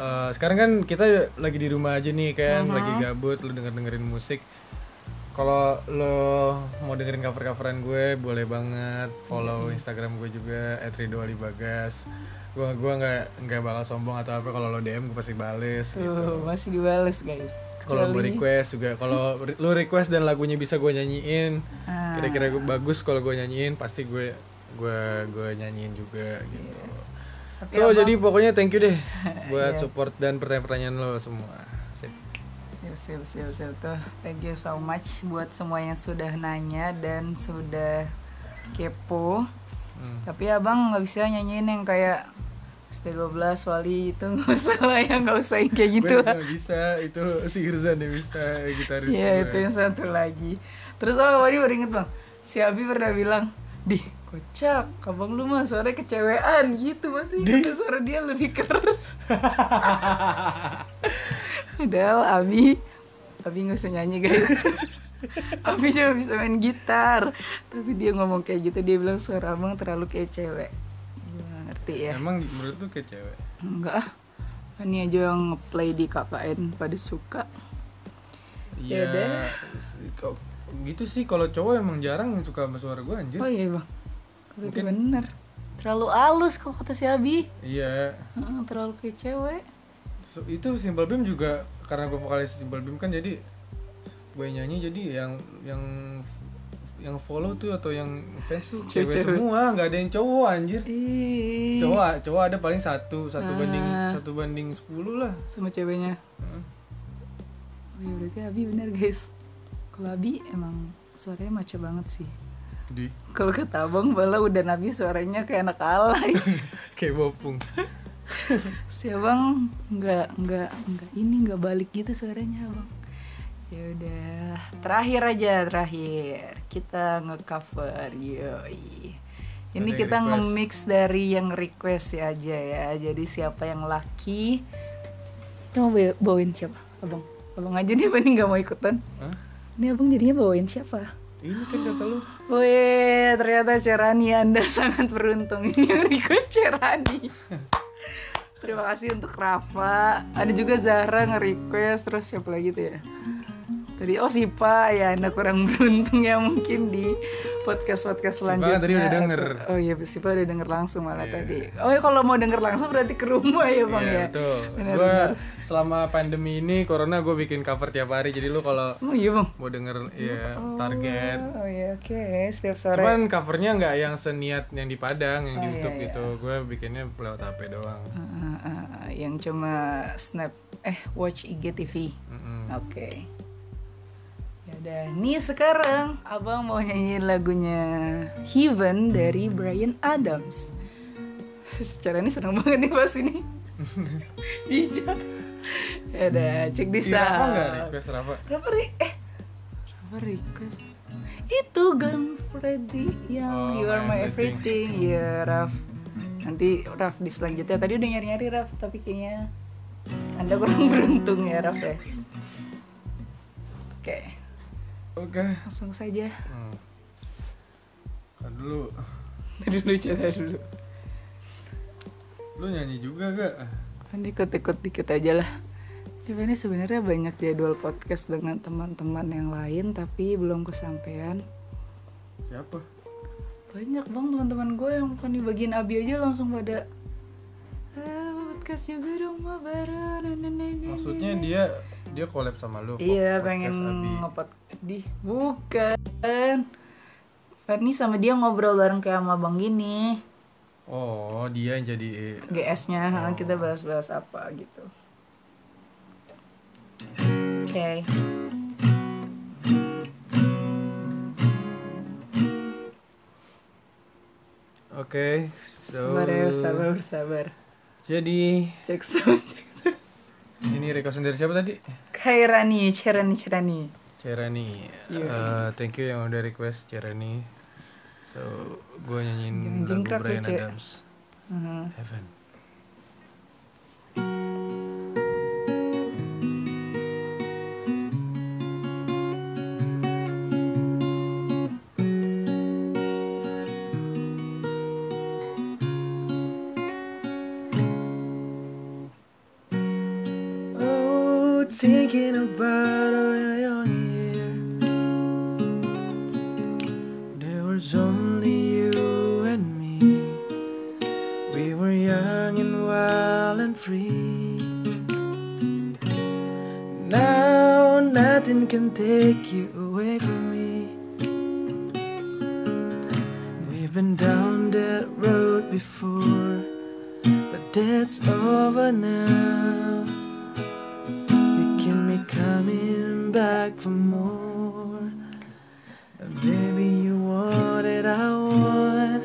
Speaker 2: eh, sekarang kan kita lagi di rumah aja nih kan,
Speaker 1: Uh-huh.
Speaker 2: lagi gabut lu denger dengerin musik. Kalau lo mau dengerin cover-coveran gue, boleh banget follow
Speaker 1: Mm-hmm.
Speaker 2: Instagram gue juga @ridwalibagas. Gue gua nggak nggak bakal sombong atau apa kalau lo DM gue pasti bales gitu.
Speaker 1: Tuh, masih dibales guys.
Speaker 2: Kalau mau
Speaker 1: Kecuali-
Speaker 2: request juga, kalau re- lo request dan lagunya bisa gue nyanyiin,
Speaker 1: Ah.
Speaker 2: kira-kira gua- bagus kalau gue nyanyiin, pasti gue gue gue nyanyiin juga gitu.
Speaker 1: Iya. Tapi
Speaker 2: So
Speaker 1: abang-
Speaker 2: jadi pokoknya thank you
Speaker 1: *laughs*
Speaker 2: deh buat
Speaker 1: Iya.
Speaker 2: support dan pertanyaan-pertanyaan lo semua. Sip.
Speaker 1: Sip, sip, sip, sip, tuh. Thank you so much buat semua yang sudah nanya dan sudah kepo.
Speaker 2: Hmm.
Speaker 1: Tapi abang nggak bisa nyanyiin yang kayak ST12 Wali itu *laughs* nggak usah lah ya nggak usah yang kayak gitu
Speaker 2: Gue
Speaker 1: lah.
Speaker 2: nggak bisa itu si Irzan yang bisa gitaris.
Speaker 1: Ya
Speaker 2: gue.
Speaker 1: itu yang satu lagi. Terus oh tadi baru inget bang, si Abi pernah bilang, dih kocak, abang lu mah suara kecewean gitu masih itu suara dia lebih keren. Padahal Abi, Abi nggak usah nyanyi guys. Abi cuma bisa main gitar, tapi dia ngomong kayak gitu dia bilang suara abang terlalu kayak cewek. Gue nggak ngerti ya.
Speaker 2: Emang menurut lu kayak cewek?
Speaker 1: Enggak ah. Ini aja yang ngeplay di KKN pada suka. Ya udah.
Speaker 2: Iya. si- kok- Gitu sih kalau cowok emang jarang yang suka sama suara gue anjir.
Speaker 1: Oh iya bang, berarti
Speaker 2: Mungkin-
Speaker 1: bener. Terlalu halus kalau kata si Abi.
Speaker 2: Iya.
Speaker 1: Heeh, terlalu kayak cewek.
Speaker 2: So, itu Simple Beam juga karena gue vokalis Simple Beam kan jadi gue nyanyi jadi yang yang yang follow tuh atau yang fans
Speaker 1: *laughs*
Speaker 2: tuh cewek,
Speaker 1: Cewek-cewek.
Speaker 2: semua nggak ada yang cowok anjir
Speaker 1: Ih,
Speaker 2: cowok cowok ada paling satu satu
Speaker 1: Ah.
Speaker 2: banding satu banding sepuluh lah
Speaker 1: sama ceweknya.
Speaker 2: Heeh.
Speaker 1: Oh iya berarti Abi bener guys. Kalau Abi emang suaranya maco banget sih.
Speaker 2: di
Speaker 1: Kalau kata abang bala udah Abi suaranya kayak anak alay.
Speaker 2: *laughs* kayak bopung
Speaker 1: si abang nggak nggak nggak ini nggak balik gitu suaranya abang. Ya udah terakhir aja terakhir kita ngecover yoi. Ini
Speaker 2: Ada yang
Speaker 1: kita
Speaker 2: request?
Speaker 1: nge-mix dari yang request ya aja ya. Jadi siapa yang laki Kita mau bawa- bawain siapa? Abang. Abang aja nih, Abang nih nggak mau ikutan.
Speaker 2: Hah?
Speaker 1: Ini abang jadinya bawain siapa?
Speaker 2: ini kan kata lu
Speaker 1: Wih, ternyata Cerani Anda *laughs* sangat beruntung ini yang request Cerani. Terima kasih untuk Rafa. Ada juga Zahra nge-request terus siapa lagi tuh ya? Tadi oh Sipa ya Anda kurang *laughs* beruntung ya mungkin di podcast-podcast
Speaker 2: Sipa kan
Speaker 1: selanjutnya.
Speaker 2: tadi udah denger.
Speaker 1: atau- Oh iya Sipa udah denger langsung malah
Speaker 2: Iya.
Speaker 1: tadi. Oh ya kalau mau denger langsung berarti ke rumah ya Bang
Speaker 2: Iya,
Speaker 1: ya.
Speaker 2: betul
Speaker 1: Benar,
Speaker 2: gue selama pandemi ini corona gue bikin cover tiap hari jadi lu kalau
Speaker 1: Oh iya Bang.
Speaker 2: mau denger ya target
Speaker 1: Oh iya oke setiap sore.
Speaker 2: Cuman covernya nggak yang seniat yang di Padang, yang
Speaker 1: Oh,
Speaker 2: di
Speaker 1: iya,
Speaker 2: YouTube
Speaker 1: iya.
Speaker 2: gitu. Gue bikinnya lewat HP doang.
Speaker 1: Ah, ah, ah, ah, yang cuma snap eh watch IGTV.
Speaker 2: Mm-mm.
Speaker 1: Oke. Ya udah, nih sekarang Abang mau nyanyiin lagunya Heaven dari
Speaker 2: Hmm.
Speaker 1: Brian Adams. *laughs* Secara ini seneng banget nih pas
Speaker 2: *laughs*
Speaker 1: ini. Dijak. Ya udah, cek this
Speaker 2: Di Rafa nggak
Speaker 1: out.
Speaker 2: request Rafa?
Speaker 1: Rafa re eh Rafa request itu Glenn Freddy yang
Speaker 2: Oh,
Speaker 1: You Are
Speaker 2: My
Speaker 1: My Everything ya Raf nanti Raf di selanjutnya tadi udah nyari nyari Raf tapi kayaknya anda kurang *laughs* beruntung ya Raf ya oke
Speaker 2: Oke.
Speaker 1: langsung saja
Speaker 2: Hmm. Ntar Dulu,
Speaker 1: Tadi dulu cerita dulu
Speaker 2: lu nyanyi juga gak?
Speaker 1: Ini ikut-ikut dikit aja lah Coba ini sebenarnya banyak jadwal podcast dengan teman-teman yang lain tapi belum kesampaian
Speaker 2: Siapa?
Speaker 1: banyak bang teman-teman gue yang bukan di bagian abi aja langsung pada "Eh, podcast juga dong Nah, Ma, baru na, na, na, na,
Speaker 2: Maksudnya
Speaker 1: na, na."
Speaker 2: dia dia collab sama lu.
Speaker 1: nah, iya
Speaker 2: podcast
Speaker 1: pengen
Speaker 2: Abi.
Speaker 1: ngepot di bukan Fanny sama dia ngobrol bareng kayak sama bang gini
Speaker 2: Oh, dia yang jadi
Speaker 1: GS-nya ha,
Speaker 2: Oh.
Speaker 1: kita bahas-bahas apa gitu oke
Speaker 2: Oke, so
Speaker 1: sabar ya sabar sabar
Speaker 2: Jadi
Speaker 1: cek sound cek sound.
Speaker 2: ini request dari siapa tadi?
Speaker 1: Kairani, Cerani, Cerani.
Speaker 2: Cerani.
Speaker 1: Iya.
Speaker 2: Eh, thank you yang udah request Cerani. So, gue
Speaker 1: Jangan
Speaker 2: nyanyiin lagu
Speaker 1: jingkrak ya,
Speaker 2: Brian
Speaker 1: Ce.
Speaker 2: Adams.
Speaker 1: Mhm.
Speaker 2: Heaven. Oh, Thinking about our young year, there was only you and me. We were young and wild and free. Now nothing can take you away from me. We've been down that road before, but That's over now. You can be coming back for more. And Baby, you want it, I want.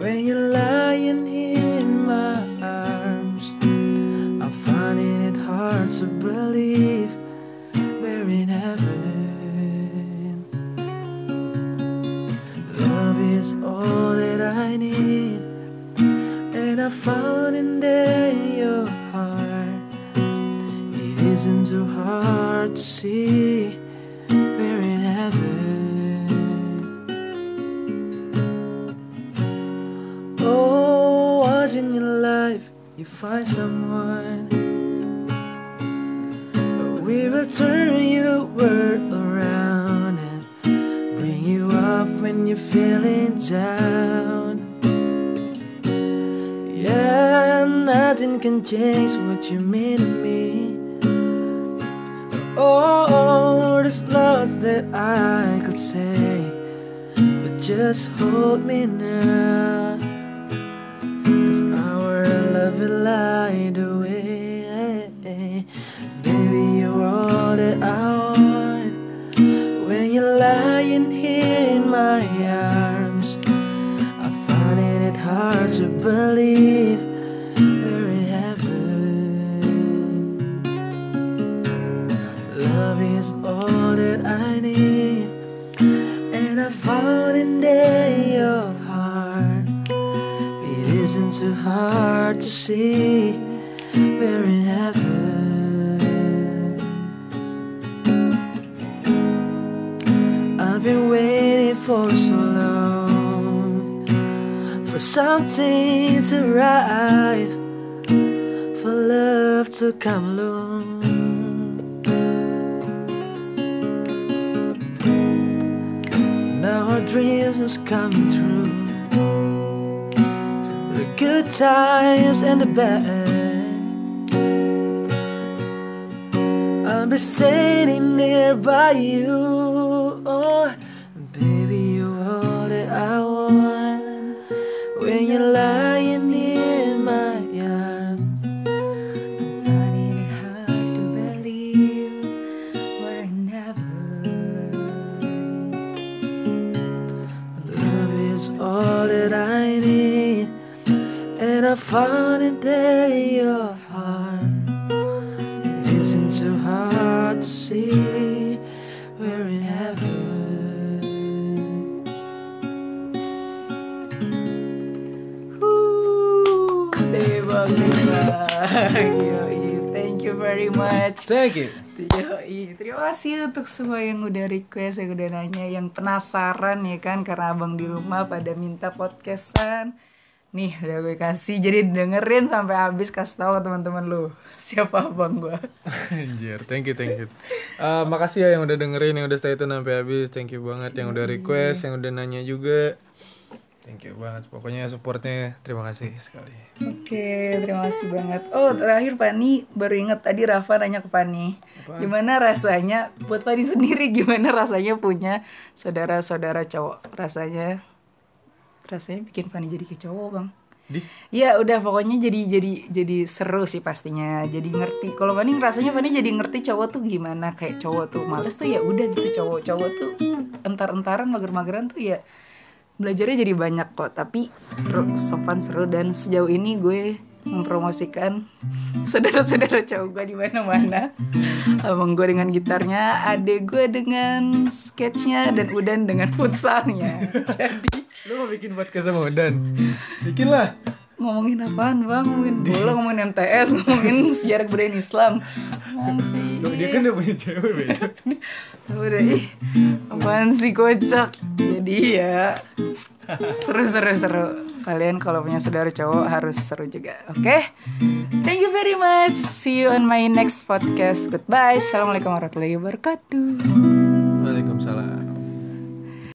Speaker 2: When you're lying here in my arms, I'm finding it hard to believe we're in heaven. Love is all that I need, and I found it there in your heart. It isn't too hard to see we're in heaven. Oh, once in your life you find someone we will turn your world around and bring you up when you're feeling down. Yeah, nothing can change what you mean to me. Oh, there's lots that I could say, but just hold me now. Cause our love will light the way. Baby, you're all that I want. When you're lying here in my arms, I'm finding it hard to believe we're in heaven. Love is all that I need, and I found it in your heart. It isn't too hard to see we're in heaven. I've been waiting for so long for something to arrive, for love to come along. Now our dreams is coming true the good times and the bad. I'll be sitting there by you, oh, baby, you're all that I want. When you're lying in my arms,
Speaker 1: Finding it hard to believe we're never.
Speaker 2: love is all that I need, and I found it there in your heart. It isn't too hard to see. We're in heaven.
Speaker 1: Huh, Deh bagus banget. Yoi, thank you very much.
Speaker 3: Thank you.
Speaker 1: Yoi, terima kasih untuk semua yang udah request, yang udah nanya, yang penasaran ya kan karena abang di rumah pada minta podcastan. Nih udah gue kasih, jadi dengerin sampai habis kasih tahu teman-teman lu siapa abang gue.
Speaker 3: Anjir, thank you, thank you. Eh, makasih ya yang udah dengerin, yang udah stay tune sampai habis. Thank you banget yang udah request, yang udah nanya juga. Thank you banget. Pokoknya supportnya terima kasih sekali.
Speaker 1: Oke, terima kasih banget. Oh, terakhir Fani baru inget tadi Rafa nanya ke Fani, gimana rasanya buat Fani *laughs* sendiri gimana rasanya punya saudara-saudara cowok? Rasanya rasanya bikin Fani jadi kayak cowok, Bang.
Speaker 3: Di,
Speaker 1: Ya udah pokoknya jadi jadi jadi seru sih pastinya. Jadi ngerti. Kalau Fani rasanya Fani jadi ngerti cowok tuh gimana kayak cowok tuh males tuh ya udah gitu cowok cowok tuh entar-entaran mager-mageran tuh ya belajarnya jadi banyak kok. Tapi seru, sopan seru dan sejauh ini gue mempromosikan *laughs* saudara-saudara cowok gue di mana-mana. Abang gue dengan gitarnya, adek gue dengan sketchnya dan Udan dengan futsalnya. Jadi
Speaker 3: lu mau bikin podcast sama Udan? Bikinlah.
Speaker 1: ngomongin apaan bang ngomongin bola ngomongin MTS ngomongin sejarah kebudayaan Islam apaan sih
Speaker 3: Loh, dia kan udah punya cewek, beda.
Speaker 1: udah ih apaan sih kocak jadi ya seru seru seru kalian kalau punya saudara cowok harus seru juga oke thank you very much see you on my next podcast goodbye assalamualaikum warahmatullahi wabarakatuh
Speaker 3: Waalaikumsalam.